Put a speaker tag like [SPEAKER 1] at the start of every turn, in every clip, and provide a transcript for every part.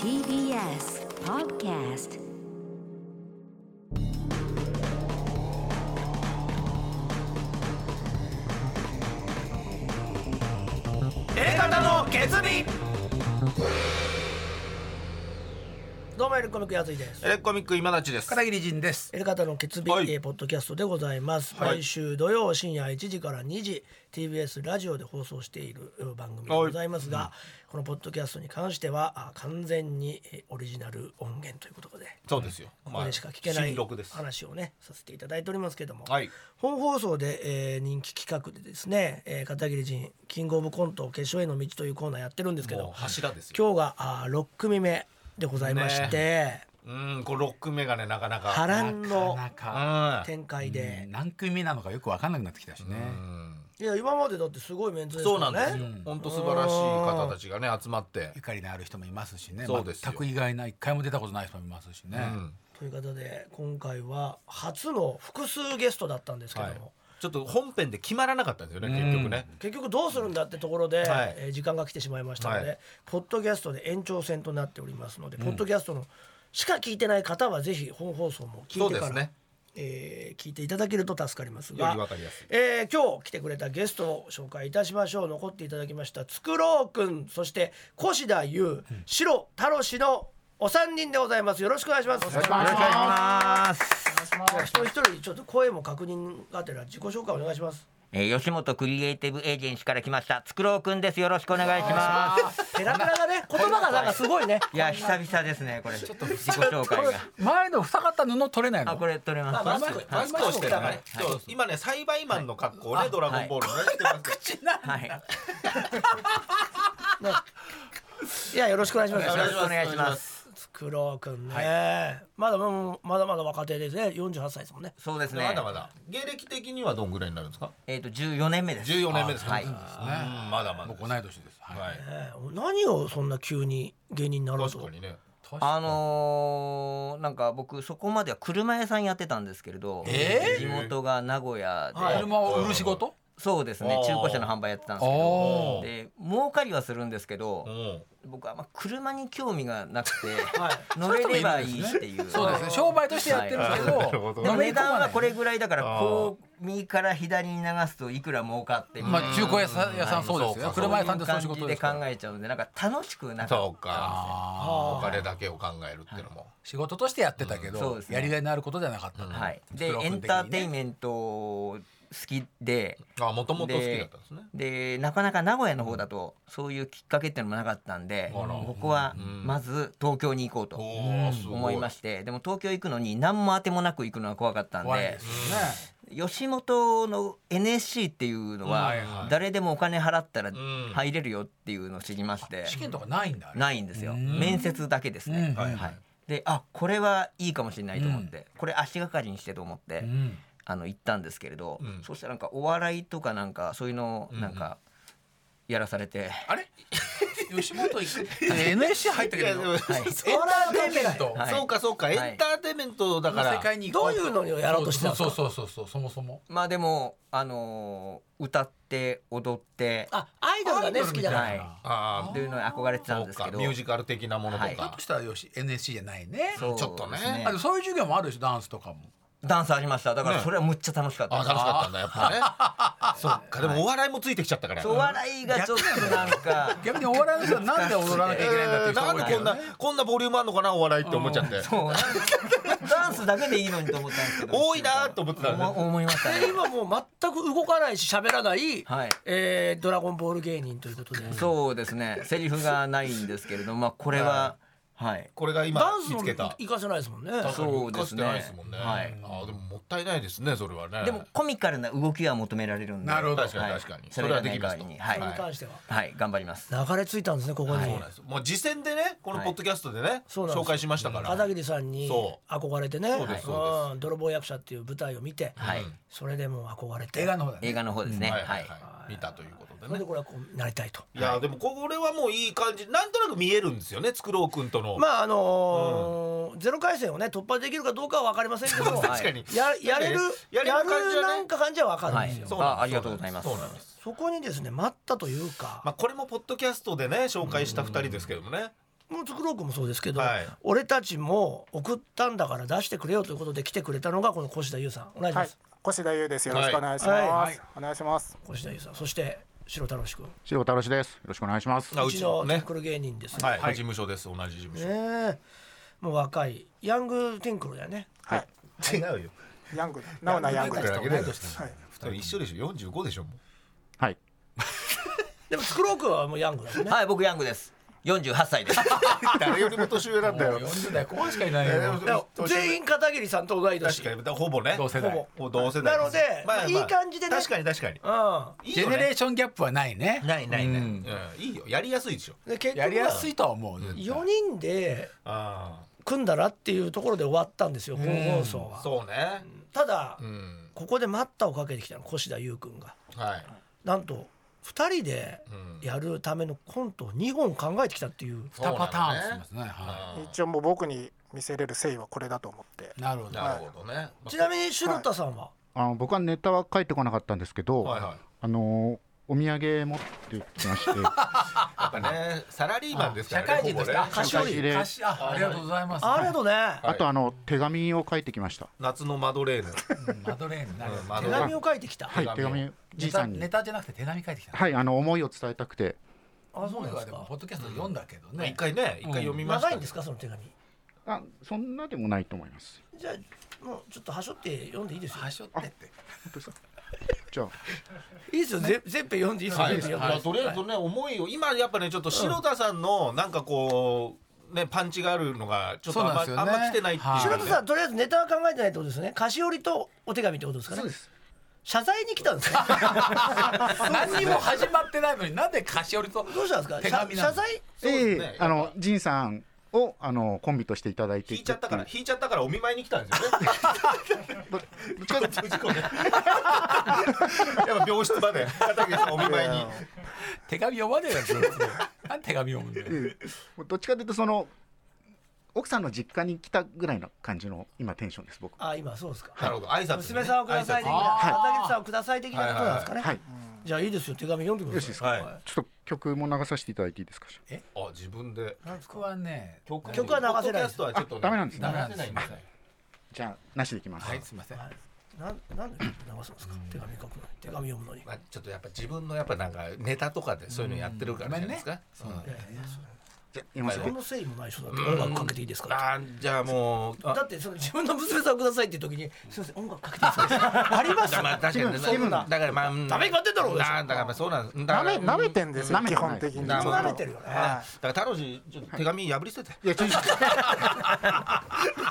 [SPEAKER 1] TBS Podcast
[SPEAKER 2] 方の決意どうもエレコミックやついです
[SPEAKER 3] エレコミック今立ちです。
[SPEAKER 4] 片桐仁です。
[SPEAKER 2] エレ方の決日、
[SPEAKER 3] はい
[SPEAKER 2] えーポッドキャストでございます、
[SPEAKER 3] はい
[SPEAKER 2] 毎週土曜深夜1時から2時 TBS ラジオで放送しているえー番組でございますが、このポッドキャストに関してはあ完全にえーオリジナル音源ということで
[SPEAKER 3] そうですよ。
[SPEAKER 2] ここでしか聞けない
[SPEAKER 3] 新録です。
[SPEAKER 2] 話をねさせていただいておりますけども、
[SPEAKER 3] はい
[SPEAKER 2] 本放送で、えー人気企画でですね、えー片桐仁キングオブコント決勝への道というコーナーやってるんですけ
[SPEAKER 3] も
[SPEAKER 2] ど
[SPEAKER 3] う柱ですよ。
[SPEAKER 2] 今日があ6組目でございまして、
[SPEAKER 3] うん、これロックメガネなかなか。
[SPEAKER 2] 波乱の
[SPEAKER 4] なかなか
[SPEAKER 3] う
[SPEAKER 2] 展開
[SPEAKER 4] で
[SPEAKER 2] で、
[SPEAKER 4] 何組目なのかよく分かんなくなってきたしね。
[SPEAKER 3] ん。
[SPEAKER 2] いや今までだってすごいメンツですよ
[SPEAKER 3] そう
[SPEAKER 2] ね
[SPEAKER 3] なんですよ。本当素晴らしい方たちがね集まって
[SPEAKER 4] ゆ。かりのある人もいますしね。
[SPEAKER 3] そうですよ
[SPEAKER 4] 全く意外な一回も出たことない人もいますしね。
[SPEAKER 3] うん。
[SPEAKER 2] ということで今回は初の複数ゲストだったんですけども、
[SPEAKER 3] はいちょっと本編で決まらなかったんですよね結局ね。
[SPEAKER 2] 結局どうするんだってところで、
[SPEAKER 3] はい
[SPEAKER 2] えー時間が来てしまいましたので、
[SPEAKER 3] はい
[SPEAKER 2] ポッドキャストで延長戦となっておりますので、ポッドキャストのしか聞いてない方はぜひ本放送も聞いてか
[SPEAKER 3] そ
[SPEAKER 2] ら、
[SPEAKER 3] うですね
[SPEAKER 2] えー聞いていただけると助かります
[SPEAKER 3] よ
[SPEAKER 2] が
[SPEAKER 3] りわかりやすい
[SPEAKER 2] えー今日来てくれたゲストを紹介いたしましょう残っていただきましたつくろうくんそして越田優白太郎氏のお三人でございますよろしくお願いします。お願いし
[SPEAKER 4] お願いします。
[SPEAKER 2] 一人一人ちょっと声も確認がてら自己紹介お願いします。
[SPEAKER 5] えー、吉本クリエイティブエージェンシーから来ましたつくろうくんですよろしくお願いします
[SPEAKER 2] ペラペラがね言葉がなんかすごいね。
[SPEAKER 5] いや久々ですねこれ自己紹介が
[SPEAKER 4] 前の二方布取れないの。
[SPEAKER 5] あこれ取れます
[SPEAKER 3] マスクマスクをしてる
[SPEAKER 5] は
[SPEAKER 3] ね
[SPEAKER 5] い。
[SPEAKER 3] そう今ね栽培マンの格好をねドラゴンボールのねしてます。
[SPEAKER 5] はい
[SPEAKER 2] いやよろしくお願いします。
[SPEAKER 5] よろしくお願いします
[SPEAKER 2] つくろうくんね、まだもうまだまだ若手ですね。48歳ですもんね。
[SPEAKER 5] そうですね
[SPEAKER 3] まだまだ芸歴的にはどんぐらいになるんですか。
[SPEAKER 5] えっ、と14年目です
[SPEAKER 3] 十四年目ですか。
[SPEAKER 5] はい
[SPEAKER 3] うんまだまだで
[SPEAKER 4] 僕
[SPEAKER 3] す。
[SPEAKER 4] 同い年です。はい
[SPEAKER 3] はい。
[SPEAKER 2] えー何をそんな急に芸人になろう
[SPEAKER 3] 確
[SPEAKER 2] と
[SPEAKER 3] か。にね。
[SPEAKER 5] あのー、なんか僕そこまでは車屋さんやってたんですけれど、
[SPEAKER 4] えー
[SPEAKER 5] 地元が名古屋で、
[SPEAKER 2] はい
[SPEAKER 4] 車を売る仕事？
[SPEAKER 5] そうです
[SPEAKER 3] あ
[SPEAKER 5] ね
[SPEAKER 3] ー
[SPEAKER 5] 中古車の販売やってたんですけど
[SPEAKER 4] おー
[SPEAKER 5] で儲かりはするんですけど、
[SPEAKER 3] うん。
[SPEAKER 5] 僕はあんま車に興味がなくて、
[SPEAKER 2] はい
[SPEAKER 5] 乗れればいいっていう
[SPEAKER 4] そうですね。商売としてやってるけ
[SPEAKER 3] はいあーなるほ
[SPEAKER 4] ど
[SPEAKER 3] ど。
[SPEAKER 5] でも
[SPEAKER 4] のめ
[SPEAKER 5] 値
[SPEAKER 4] り込ま
[SPEAKER 5] 段
[SPEAKER 4] な
[SPEAKER 5] はいこれぐらいだから
[SPEAKER 3] あー
[SPEAKER 5] こう右から左に流すといくら儲かってみたいな
[SPEAKER 4] まあ中古屋さん屋さんそうです
[SPEAKER 3] そう
[SPEAKER 4] よね。
[SPEAKER 3] か
[SPEAKER 4] 車屋さんってそういう仕
[SPEAKER 5] 感じで
[SPEAKER 4] 事です
[SPEAKER 5] 考
[SPEAKER 4] から。
[SPEAKER 5] えちゃうんでなんか楽しくなか
[SPEAKER 3] そ
[SPEAKER 5] っ
[SPEAKER 3] うか。
[SPEAKER 4] あ
[SPEAKER 2] あ
[SPEAKER 3] お
[SPEAKER 2] ー
[SPEAKER 3] 金だけを考えるっていうのも。
[SPEAKER 4] ー仕事としてやってたけ
[SPEAKER 5] うんそう
[SPEAKER 4] ど
[SPEAKER 5] です、ね
[SPEAKER 4] やりがいのあることではなかった
[SPEAKER 5] た
[SPEAKER 4] と。
[SPEAKER 5] はいで
[SPEAKER 4] スクロー
[SPEAKER 5] エ
[SPEAKER 4] 君
[SPEAKER 5] ン
[SPEAKER 4] 的にね
[SPEAKER 5] ターテインメント好きで
[SPEAKER 3] あ、もともと好きだったんですね。
[SPEAKER 5] でなかなか名古屋の方だとそういうきっかけっていうのもなかったんで
[SPEAKER 3] あら
[SPEAKER 5] 僕は
[SPEAKER 3] うん
[SPEAKER 5] まず東京に行こうと
[SPEAKER 3] おお、すごい。
[SPEAKER 5] 思いましてでも東京行くのに何も当てもなく行くのは怖かったん
[SPEAKER 4] 怖い
[SPEAKER 5] で
[SPEAKER 4] ですよね。
[SPEAKER 5] 吉本の NSC っていうのは
[SPEAKER 3] はいはい
[SPEAKER 5] 誰でもお金払ったら
[SPEAKER 3] ん
[SPEAKER 5] 入れるよっていうのを知りまして
[SPEAKER 4] 試験とかないんだ。あれ
[SPEAKER 5] ないんですよ
[SPEAKER 4] うん
[SPEAKER 5] 面接だけです
[SPEAKER 4] うん
[SPEAKER 5] ね
[SPEAKER 4] はい
[SPEAKER 5] はいであこれはいいかもしれないと思ってこれ足がかりにしてと思っ
[SPEAKER 4] う
[SPEAKER 5] て
[SPEAKER 4] ん。
[SPEAKER 5] あの行ったんですけれど
[SPEAKER 3] うん
[SPEAKER 5] そしたらなんかお笑いとかなんかそういうのをなんかやらされて
[SPEAKER 4] あれ吉本行くって NSC 入ったけどエン
[SPEAKER 3] いや
[SPEAKER 5] はい
[SPEAKER 4] ターテインメント
[SPEAKER 5] はい
[SPEAKER 3] そうかそうか、
[SPEAKER 5] はい
[SPEAKER 3] エンターテインメントだか
[SPEAKER 4] の
[SPEAKER 3] ら。
[SPEAKER 4] 世界に行こ
[SPEAKER 2] どういうのにやろうとしてたんですか
[SPEAKER 4] そうそうそうそうそもそも
[SPEAKER 5] まあでもあのー歌って踊って
[SPEAKER 2] あアイドルがね好きだから。
[SPEAKER 5] はい
[SPEAKER 3] ああ
[SPEAKER 5] と、いうのに憧れてた
[SPEAKER 3] そ
[SPEAKER 5] ん
[SPEAKER 3] う
[SPEAKER 5] です
[SPEAKER 3] か、
[SPEAKER 5] けど
[SPEAKER 3] ミュージカル的なものと
[SPEAKER 5] はい
[SPEAKER 3] か
[SPEAKER 4] だ。としたらよし NSC じゃないね
[SPEAKER 5] そう
[SPEAKER 3] ちょっと
[SPEAKER 5] で
[SPEAKER 3] ね
[SPEAKER 5] す
[SPEAKER 4] あでもそういう授業もあるしダンスとかも
[SPEAKER 5] ダンスありましただからそれはむっちゃ楽しかった
[SPEAKER 3] あ
[SPEAKER 5] です
[SPEAKER 3] あ、楽しかったんだ、やっぱね。 そっか、でもお笑いもついてきちゃったから。
[SPEAKER 5] そうお笑いがちょっとなんか
[SPEAKER 4] 逆にお笑いの人はなんで踊らなきゃいけないんだって
[SPEAKER 3] え
[SPEAKER 4] い
[SPEAKER 3] ー
[SPEAKER 4] う人
[SPEAKER 3] なん
[SPEAKER 4] 多い
[SPEAKER 3] で
[SPEAKER 4] け
[SPEAKER 3] こん
[SPEAKER 4] ど
[SPEAKER 3] な
[SPEAKER 4] ね
[SPEAKER 3] こんなボリュームあるのかなお笑いって思っちゃって
[SPEAKER 5] そうなんかダンスだけでいいのにと思ったんですけど
[SPEAKER 3] 多いなと思ってたんで
[SPEAKER 5] 思思いましたね
[SPEAKER 2] で今もう全く動かないし喋らない、
[SPEAKER 5] はい
[SPEAKER 2] えードラゴンボール芸人ということで。
[SPEAKER 5] そうですねセリフがないんですけれどまあこれははい
[SPEAKER 3] これが今
[SPEAKER 2] ダンス
[SPEAKER 3] 見
[SPEAKER 2] も
[SPEAKER 3] つけた
[SPEAKER 2] 行かせないですもんね。
[SPEAKER 5] そうですね
[SPEAKER 3] かつてないですもんね
[SPEAKER 5] はい
[SPEAKER 3] ああでももったいないですねそれはね
[SPEAKER 5] でもコミカルな動きは求められるんで
[SPEAKER 4] なるほど
[SPEAKER 3] 確かに確かに
[SPEAKER 5] それがない場合
[SPEAKER 3] それはで
[SPEAKER 5] に
[SPEAKER 3] き
[SPEAKER 5] は
[SPEAKER 2] それに
[SPEAKER 5] い、
[SPEAKER 2] 関しては、
[SPEAKER 5] はい、頑張ります
[SPEAKER 2] 流れ着いたんですねここに。
[SPEAKER 3] そうなんですよもう次戦でねこの
[SPEAKER 5] はい
[SPEAKER 3] ポッドキャストでね
[SPEAKER 2] そうなんです
[SPEAKER 3] 紹介しましたから
[SPEAKER 2] 片桐さんに
[SPEAKER 3] そ
[SPEAKER 2] 憧れてね
[SPEAKER 3] そうです
[SPEAKER 2] うん
[SPEAKER 3] そ
[SPEAKER 2] 泥棒役者っていう舞台を見て、
[SPEAKER 5] はい
[SPEAKER 2] それでもう憧れて
[SPEAKER 4] 映画の方だね
[SPEAKER 5] 映画の方ですね、
[SPEAKER 3] は
[SPEAKER 5] はいい
[SPEAKER 3] はいはい見たということ
[SPEAKER 2] そ
[SPEAKER 4] だ
[SPEAKER 2] れ
[SPEAKER 4] ね
[SPEAKER 2] でこれはこうなりたいと。
[SPEAKER 3] いやでもこれはもういい感じなんとなく見えるんですよねつくろうくんとの、
[SPEAKER 2] まああのーゼロ回戦をね突破できるかどうかは分かりませんけども、
[SPEAKER 3] 確かに、
[SPEAKER 2] ややれるや
[SPEAKER 3] やれる感じはね
[SPEAKER 2] るなんか感じは分かるんですよ。
[SPEAKER 3] そうなんです
[SPEAKER 5] あありがとうございます
[SPEAKER 3] そうなんです
[SPEAKER 2] そこにですね待ったというか、
[SPEAKER 3] まあこれもポッドキャストでね紹介した2人ですけどもね
[SPEAKER 2] もうつくろうくんもそうですけど、
[SPEAKER 3] はい
[SPEAKER 2] 俺たちも送ったんだから出してくれよということで来てくれたのがこの越田優さんお願いしま
[SPEAKER 6] はい
[SPEAKER 2] す、、
[SPEAKER 6] 越田優です。よろしくお願いします。
[SPEAKER 2] はい
[SPEAKER 4] はい
[SPEAKER 6] お願いします。
[SPEAKER 2] 越田優さんそして白太郎志くん
[SPEAKER 7] 白太郎氏です。よろしくお願いします。
[SPEAKER 3] あ
[SPEAKER 2] う
[SPEAKER 3] う
[SPEAKER 2] ち
[SPEAKER 3] ち
[SPEAKER 2] の
[SPEAKER 3] の
[SPEAKER 2] テ
[SPEAKER 3] ね
[SPEAKER 2] ンクル芸人ですね,、
[SPEAKER 3] はい、事務所です同じ事務所、
[SPEAKER 2] ねえもう若いヤングテンクルだよね
[SPEAKER 6] はい、
[SPEAKER 3] 違うよ
[SPEAKER 6] ヤング、ナウなヤングです。
[SPEAKER 3] だけだよ
[SPEAKER 6] はい、
[SPEAKER 3] 二人一緒でしょ45でしょも
[SPEAKER 7] はい。
[SPEAKER 2] でもつくろうくんはもうヤングだよね
[SPEAKER 5] はい僕ヤングです48歳です
[SPEAKER 3] う誰よりも年上なんだよ
[SPEAKER 4] 40代後半しかいない
[SPEAKER 3] え
[SPEAKER 4] よ
[SPEAKER 2] だ
[SPEAKER 3] ー
[SPEAKER 2] から
[SPEAKER 3] 年上
[SPEAKER 2] 全員片桐さんと同い年
[SPEAKER 3] 確かにほぼね
[SPEAKER 4] 同世代
[SPEAKER 3] ほぼ同世代
[SPEAKER 2] なのでまあいい感じでね
[SPEAKER 3] 確かに確かに
[SPEAKER 2] う
[SPEAKER 3] いい
[SPEAKER 4] ジェ
[SPEAKER 3] よ
[SPEAKER 4] ネ
[SPEAKER 3] ね
[SPEAKER 4] レーションギャップはないね
[SPEAKER 3] ないないない、
[SPEAKER 4] う
[SPEAKER 3] うんん、いいよやりやすいでしょ
[SPEAKER 2] んで結
[SPEAKER 4] やりやす
[SPEAKER 2] い
[SPEAKER 4] いとは思う
[SPEAKER 2] 4人で
[SPEAKER 3] あ
[SPEAKER 2] 組んだらっていうところで終わったんですよ本放送
[SPEAKER 3] あ
[SPEAKER 2] は、
[SPEAKER 3] そうね
[SPEAKER 2] ただ、
[SPEAKER 3] うん
[SPEAKER 2] ここで待ったをかけてきたの越田優くんが
[SPEAKER 3] はい
[SPEAKER 2] なんと2人で
[SPEAKER 3] うん
[SPEAKER 2] やるためのコントを2本考えてきたっていう、
[SPEAKER 4] 2パター
[SPEAKER 3] そ
[SPEAKER 4] ン
[SPEAKER 3] う
[SPEAKER 4] し
[SPEAKER 3] なの
[SPEAKER 4] ますねは
[SPEAKER 3] うん
[SPEAKER 6] 一応もう僕に見せれる誠意はこれだと思って。
[SPEAKER 4] いなるほど
[SPEAKER 3] なるほどね、まあ
[SPEAKER 2] ちなみに白田さんは、
[SPEAKER 7] あの僕はネタは書いてこなかったんですけど、
[SPEAKER 3] はいはい
[SPEAKER 7] あのーお土産持ってき まして、
[SPEAKER 3] やっぱねサラリーマンですから
[SPEAKER 4] 社
[SPEAKER 3] ね
[SPEAKER 4] 会人としてあ
[SPEAKER 3] ほぼね
[SPEAKER 4] 菓子折
[SPEAKER 7] 菓子
[SPEAKER 4] り
[SPEAKER 7] 折り
[SPEAKER 4] 菓子あありがとうございます
[SPEAKER 2] あれだとね、
[SPEAKER 7] あとあの手紙を書いてきました。
[SPEAKER 3] 夏のマドレーヌ
[SPEAKER 4] うんマドレーヌなるほど
[SPEAKER 3] うんマド
[SPEAKER 2] 手
[SPEAKER 3] レー
[SPEAKER 2] 紙
[SPEAKER 3] ヌ
[SPEAKER 2] を書いてきた、
[SPEAKER 7] はい。手
[SPEAKER 3] 手紙
[SPEAKER 7] 紙じいさん
[SPEAKER 4] ネタ
[SPEAKER 7] に
[SPEAKER 4] ネ。タじゃなくて手紙書いてきたの
[SPEAKER 7] はい。あの思いを伝えたくて。
[SPEAKER 2] あそうなんで
[SPEAKER 4] は
[SPEAKER 2] す
[SPEAKER 4] でも
[SPEAKER 2] か
[SPEAKER 4] ポッドキャストで読んだけど
[SPEAKER 3] まあ
[SPEAKER 4] ね
[SPEAKER 3] 一回ね一回読みました
[SPEAKER 2] 長いんですかその手紙
[SPEAKER 7] あそんなでもないと思います。
[SPEAKER 2] じゃあもうちょっとはしょって読んでいいですよ
[SPEAKER 4] はしょってって
[SPEAKER 7] 本当ですか。じゃあ
[SPEAKER 2] いいですよぜ全編読んでいいですよ、
[SPEAKER 3] はい、
[SPEAKER 2] 全編
[SPEAKER 3] ま
[SPEAKER 2] 読ん
[SPEAKER 3] あ
[SPEAKER 2] で
[SPEAKER 3] とりあえずね、思いを今やっぱねちょっと白田さんのなんかこうねパンチがあるのがちょっとあんま,、
[SPEAKER 4] そうな
[SPEAKER 3] あ
[SPEAKER 4] ん
[SPEAKER 3] ん
[SPEAKER 4] ですよね
[SPEAKER 3] ま来てないっていう、
[SPEAKER 4] は
[SPEAKER 3] ね、
[SPEAKER 4] い
[SPEAKER 2] 白田さんとりあえずネタは考えてないってことですね菓子折りとお手紙ってことですかね
[SPEAKER 7] そうです。
[SPEAKER 2] 謝罪に来たんですか
[SPEAKER 4] 何にも始まってないのになんで菓子折りと
[SPEAKER 2] どうしたんですか
[SPEAKER 4] 手
[SPEAKER 2] 謝
[SPEAKER 4] 紙な
[SPEAKER 2] 謝
[SPEAKER 4] の
[SPEAKER 2] 罪
[SPEAKER 3] うですね
[SPEAKER 7] ええあのじいさんをあのコンビとしていただいて
[SPEAKER 3] 引いちゃった から
[SPEAKER 7] て
[SPEAKER 3] 引いちゃったからお見舞いに来たんですよ ね
[SPEAKER 7] いうどっちか
[SPEAKER 3] 事故ねやっぱ病室まで片桐さんお見舞い に
[SPEAKER 4] 手紙読まねえだろそれなんで手紙読むんだよ
[SPEAKER 7] ええもうどっちかというとその奥さんの実家に来たぐらいの感じの今テンションです僕。
[SPEAKER 2] あ今そうですか
[SPEAKER 3] なるほど挨拶、ね、
[SPEAKER 2] 娘さんをください
[SPEAKER 3] 挨
[SPEAKER 2] 的
[SPEAKER 3] 拶
[SPEAKER 2] な
[SPEAKER 4] はい
[SPEAKER 2] 片桐さんをください的なことなんですかね、
[SPEAKER 7] はい。
[SPEAKER 2] じゃあいいですよ手紙読んでく
[SPEAKER 7] よ
[SPEAKER 2] だ
[SPEAKER 7] ろしい
[SPEAKER 2] さい
[SPEAKER 7] ですか、
[SPEAKER 3] はい
[SPEAKER 7] ちょっと曲も流させていただいていいですか
[SPEAKER 3] あ自分で
[SPEAKER 4] 僕はね
[SPEAKER 2] 曲は流せない
[SPEAKER 3] ポッドキャストはちょっと、
[SPEAKER 7] あダメなんですね
[SPEAKER 4] ダメなん
[SPEAKER 3] 流
[SPEAKER 4] で
[SPEAKER 3] せ
[SPEAKER 4] す
[SPEAKER 3] ないん
[SPEAKER 4] よ
[SPEAKER 3] ですね
[SPEAKER 7] じゃあなしでいきます、
[SPEAKER 4] はいすいません
[SPEAKER 2] なんなんで流すんですか手紙書くのに手紙読むのに
[SPEAKER 3] まあ、ちょっとやっぱ自分のやっぱなんかネタとかでそういうのやってるからじゃないですか、
[SPEAKER 4] そうなんだよね
[SPEAKER 7] じゃあ言いますよ
[SPEAKER 2] そのせいもない人だって音楽かけていいですか
[SPEAKER 3] あーじゃあもうあ
[SPEAKER 2] だってその自分の娘さんをくださいっていう時に「すいません音楽かけていいですか?」 ありまし
[SPEAKER 3] じゃあまあ
[SPEAKER 2] た
[SPEAKER 3] 確かに
[SPEAKER 7] 気分
[SPEAKER 3] だからまあ
[SPEAKER 2] ダメに決まってんだろうが
[SPEAKER 3] なだからまあそうなんですだか
[SPEAKER 6] な
[SPEAKER 3] ら
[SPEAKER 6] め、なめてんですよ。
[SPEAKER 7] 舐
[SPEAKER 6] 基
[SPEAKER 7] めてない
[SPEAKER 6] 本的に。
[SPEAKER 3] 舐め
[SPEAKER 6] ちょっと
[SPEAKER 2] 慣れてるよね
[SPEAKER 6] は
[SPEAKER 3] だから太郎氏ちょっと手紙破り捨てて、
[SPEAKER 7] いやちょっ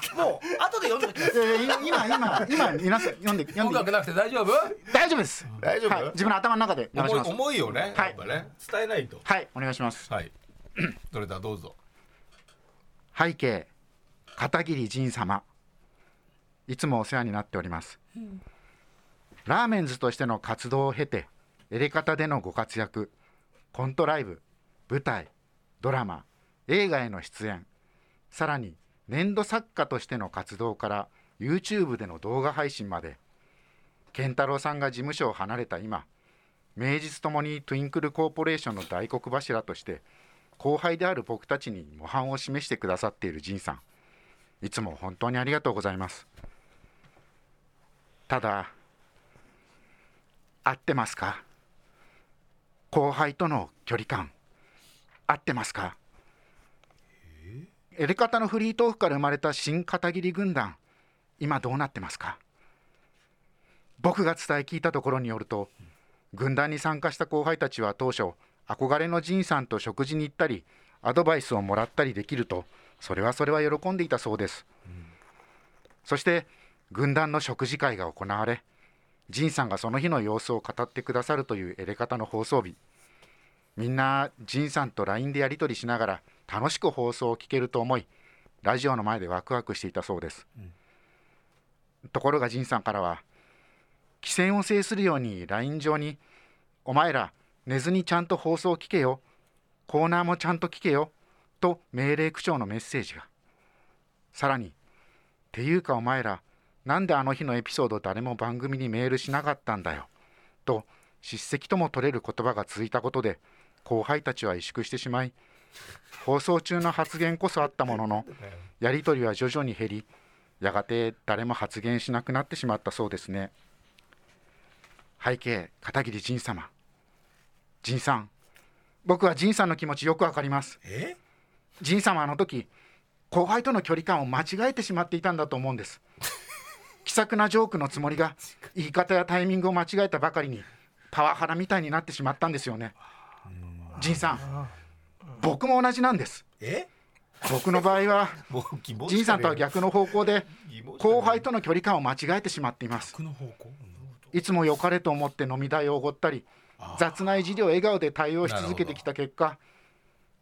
[SPEAKER 7] と
[SPEAKER 2] もう後で読んでおきます
[SPEAKER 7] いやいや今今今皆さん読んで読
[SPEAKER 4] 音
[SPEAKER 7] ん
[SPEAKER 4] 楽
[SPEAKER 7] で
[SPEAKER 4] なくて大丈夫
[SPEAKER 7] 大丈夫です
[SPEAKER 3] 大丈夫
[SPEAKER 7] はい、自分の頭の中で流し
[SPEAKER 3] 思い
[SPEAKER 7] ます
[SPEAKER 3] 思いをね、
[SPEAKER 7] はい
[SPEAKER 3] やっぱね伝えないと
[SPEAKER 7] はいお願いします
[SPEAKER 3] はいそれではどうぞ
[SPEAKER 7] 背景片桐仁様いつもお世話になっております、ラーメンズとしての活動を経てエレカタでのご活躍コントライブ舞台ドラマ映画への出演さらに年度作家としての活動から YouTube での動画配信まで健太郎さんが事務所を離れた今名実ともにトゥインクルコーポレーションの大黒柱として後輩である僕たちに模範を示してくださっている仁さんいつも本当にありがとうございますただ合ってますか後輩との距離感合ってますかエレカタのフリートークから生まれた新片桐軍団今どうなってますか僕が伝え聞いたところによると軍団に参加した後輩たちは当初憧れの仁さんと食事に行ったりアドバイスをもらったりできるとそれはそれは喜んでいたそうです、そして軍団の食事会が行われ仁さんがその日の様子を語ってくださるというエレカタの放送日みんな仁さんと LINE でやり取りしながら楽しく放送を聞けると思いラジオの前でワクワクしていたそうです、ところが仁さんからは「棋戦を制するように LINE 上に「お前ら寝ずにちゃんと放送聞けよコーナーもちゃんと聞けよと命令口調のメッセージがさらに「ていうかお前らなんであの日のエピソード誰も番組にメールしなかったんだよ」と叱責とも取れる言葉が続いたことで後輩たちは萎縮してしまい放送中の発言こそあったもののやり取りは徐々に減りやがて誰も発言しなくなってしまったそうですね背景片桐仁様仁さん僕は仁さんの気持ちよくわかります
[SPEAKER 2] え
[SPEAKER 7] 仁さんはあの時後輩との距離感を間違えてしまっていたんだと思うんです気さくなジョークのつもりが言い方やタイミングを間違えたばかりにパワハラみたいになってしまったんですよね仁さん僕も同じなんです
[SPEAKER 2] え
[SPEAKER 7] 僕の場合は
[SPEAKER 3] もう疑問しかねえ
[SPEAKER 7] 仁さんとは逆の方向で
[SPEAKER 3] 疑問しかねえ
[SPEAKER 7] 後輩との距離感を間違えてしまっています
[SPEAKER 4] 僕の方向
[SPEAKER 7] いつも良かれと思って飲み代をおごったり雑ないじりを笑顔で対応し続けてきた結果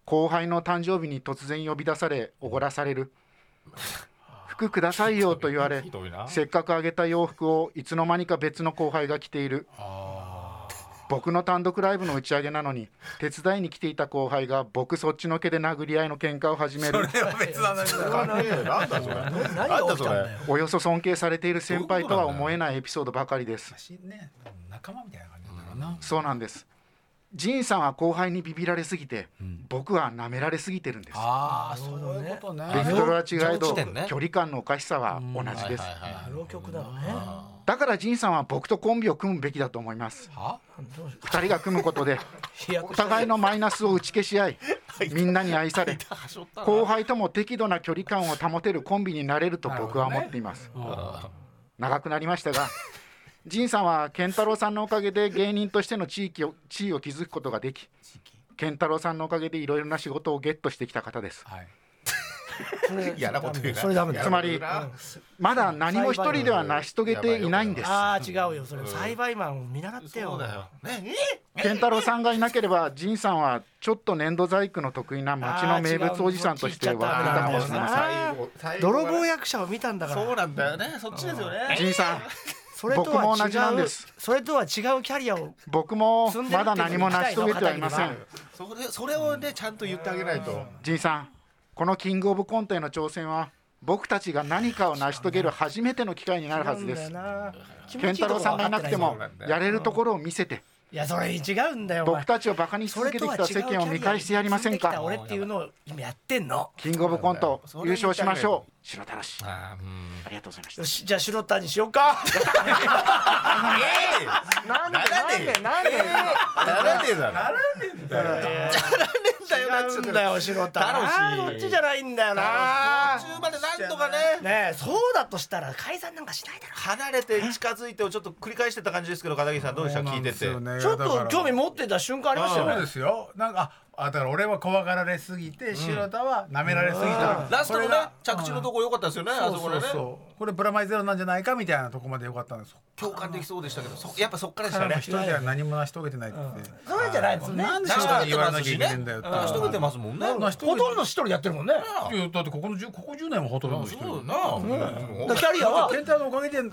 [SPEAKER 7] 後輩の誕生日に突然呼び出されおごらされる服くださいよと言われ
[SPEAKER 3] ひどいな
[SPEAKER 7] せっかくあげた洋服をいつの間にか別の後輩が着ている僕の単独ライブの打ち上げなのに手伝いに来ていた後輩が僕そっちのけで殴り合いの喧嘩を始め
[SPEAKER 4] そ
[SPEAKER 7] る
[SPEAKER 4] れは別の話だ
[SPEAKER 3] なんだそれ
[SPEAKER 2] 何が起きたんだよ
[SPEAKER 7] およそ尊敬されている先輩とは思えないエピソードばかりです
[SPEAKER 4] ね仲間みたいな感じなんだろうな
[SPEAKER 7] そうなんです。ジンさんは後輩にビビられすぎて、僕は舐められすぎてるんです。
[SPEAKER 4] ああそういうことね
[SPEAKER 7] ベクトルは違え
[SPEAKER 3] 上
[SPEAKER 7] ど、
[SPEAKER 3] 地点ね
[SPEAKER 7] 距離感のおかしさは同じです。
[SPEAKER 2] 浪曲なのね
[SPEAKER 7] だからジンさんは僕とコンビを組むべきだと思います。
[SPEAKER 4] は
[SPEAKER 2] どうしよ
[SPEAKER 7] 二人が組むことで、
[SPEAKER 2] う
[SPEAKER 7] お互 いのマイナスを打ち消し合い、みんなに愛され、後輩とも適度な距離感を保てるコンビになれると僕は思っています。長くなりましたが、ジンさんは健太郎さんのおかげで芸人としての地域を地位を築くことができ、健太郎さんのおかげでいろいろな仕事をゲットしてきた方です。
[SPEAKER 4] はい
[SPEAKER 3] 嫌なこと言うな
[SPEAKER 2] それダメだ
[SPEAKER 7] つまりまだ何も一人では成し遂げていないんです。
[SPEAKER 2] ああ違うよそれ栽培マンを見習ってよ
[SPEAKER 3] そうだよね
[SPEAKER 7] 健太郎さんがいなければ、仁さんはちょっと粘土細工の得意な町の名物おじさんとして笑ってたかもしれま
[SPEAKER 2] あー
[SPEAKER 3] 最後
[SPEAKER 2] 泥棒役者を見たんだから
[SPEAKER 3] そうなんだよねそっちですよ
[SPEAKER 7] せ
[SPEAKER 3] ね
[SPEAKER 7] ん。仁さん、
[SPEAKER 2] それとは
[SPEAKER 7] 僕も同じなん
[SPEAKER 2] 違
[SPEAKER 7] で
[SPEAKER 2] う
[SPEAKER 7] す
[SPEAKER 2] それとは違うキャリアを
[SPEAKER 7] 僕も
[SPEAKER 2] 積んでる
[SPEAKER 7] ま
[SPEAKER 2] って
[SPEAKER 7] だ何も成し遂げてはいませ
[SPEAKER 2] 言い
[SPEAKER 7] ん。
[SPEAKER 3] それそれをねちゃんと言ってあげないと
[SPEAKER 7] 仁さん、このキングオブコントへの挑戦は、僕たちが何かを成し遂げる初めての機会になるはずです。健太郎さんがいなくても
[SPEAKER 3] 気持ちいいとこは分かってない、
[SPEAKER 7] やれるところを見せて、
[SPEAKER 2] いやそれ違うんだよお前
[SPEAKER 7] 僕たちをバカにし
[SPEAKER 2] そ
[SPEAKER 7] 続
[SPEAKER 2] れ
[SPEAKER 7] け
[SPEAKER 2] と
[SPEAKER 7] て
[SPEAKER 2] は
[SPEAKER 7] き
[SPEAKER 2] 違う
[SPEAKER 7] た
[SPEAKER 2] キャリ
[SPEAKER 7] 世
[SPEAKER 2] ア
[SPEAKER 7] 間を見返してやりません
[SPEAKER 2] 積
[SPEAKER 7] か
[SPEAKER 2] ん。できた俺っていうのを今やってんの
[SPEAKER 7] キングオブコント
[SPEAKER 3] そうだよ
[SPEAKER 7] 優勝しましょう。白田らし。
[SPEAKER 3] あーうん
[SPEAKER 7] ありがとうございました
[SPEAKER 2] よ。しじゃあ白田にしようか
[SPEAKER 6] なんでなんでなんで
[SPEAKER 3] ならねえだろ
[SPEAKER 2] 違うんだよ白田
[SPEAKER 3] 楽しい
[SPEAKER 2] あーこっちじゃないんだよな
[SPEAKER 3] 途中までなんとかね
[SPEAKER 2] ねえそうだとしたら解散なんかしないだろ
[SPEAKER 3] 離れて近づいてをちょっと繰り返してた感じですけど片桐さんどうでした聞いてて
[SPEAKER 2] ちょっと興味
[SPEAKER 4] も
[SPEAKER 2] 持ってた瞬間ありました
[SPEAKER 4] そう
[SPEAKER 2] よ
[SPEAKER 4] で
[SPEAKER 2] ね
[SPEAKER 4] すよなんかああだから俺は怖がられすぎて白田は舐められすぎた
[SPEAKER 3] ラストの
[SPEAKER 4] これ
[SPEAKER 3] ね
[SPEAKER 4] が
[SPEAKER 3] 着地のとこ良かったですよねあ
[SPEAKER 4] そ
[SPEAKER 3] そうこで
[SPEAKER 4] そう
[SPEAKER 3] ね
[SPEAKER 4] そうこれプラマイゼロなんじゃないかみたいなとこまで良かったんです
[SPEAKER 3] 共感できそうでしたけどそやっぱそっからでし
[SPEAKER 4] か
[SPEAKER 3] た
[SPEAKER 4] ら一
[SPEAKER 3] ね
[SPEAKER 4] 人では何も成し遂げてないって
[SPEAKER 2] それじゃないもんね
[SPEAKER 4] なんで
[SPEAKER 3] 成し
[SPEAKER 4] 人に
[SPEAKER 3] 遂げ
[SPEAKER 4] 言
[SPEAKER 3] て
[SPEAKER 4] わ
[SPEAKER 3] ま
[SPEAKER 4] な
[SPEAKER 3] す
[SPEAKER 4] きゃい
[SPEAKER 3] し
[SPEAKER 4] け
[SPEAKER 3] ね
[SPEAKER 4] ないんだよって
[SPEAKER 3] 成し遂げてますもんね
[SPEAKER 4] な人
[SPEAKER 2] ほとんど一人やってるもんね
[SPEAKER 4] いやだってここの10ここ10年もほとんどの人
[SPEAKER 3] そうだな
[SPEAKER 2] だからキャリアは
[SPEAKER 4] 健太郎のおかげでで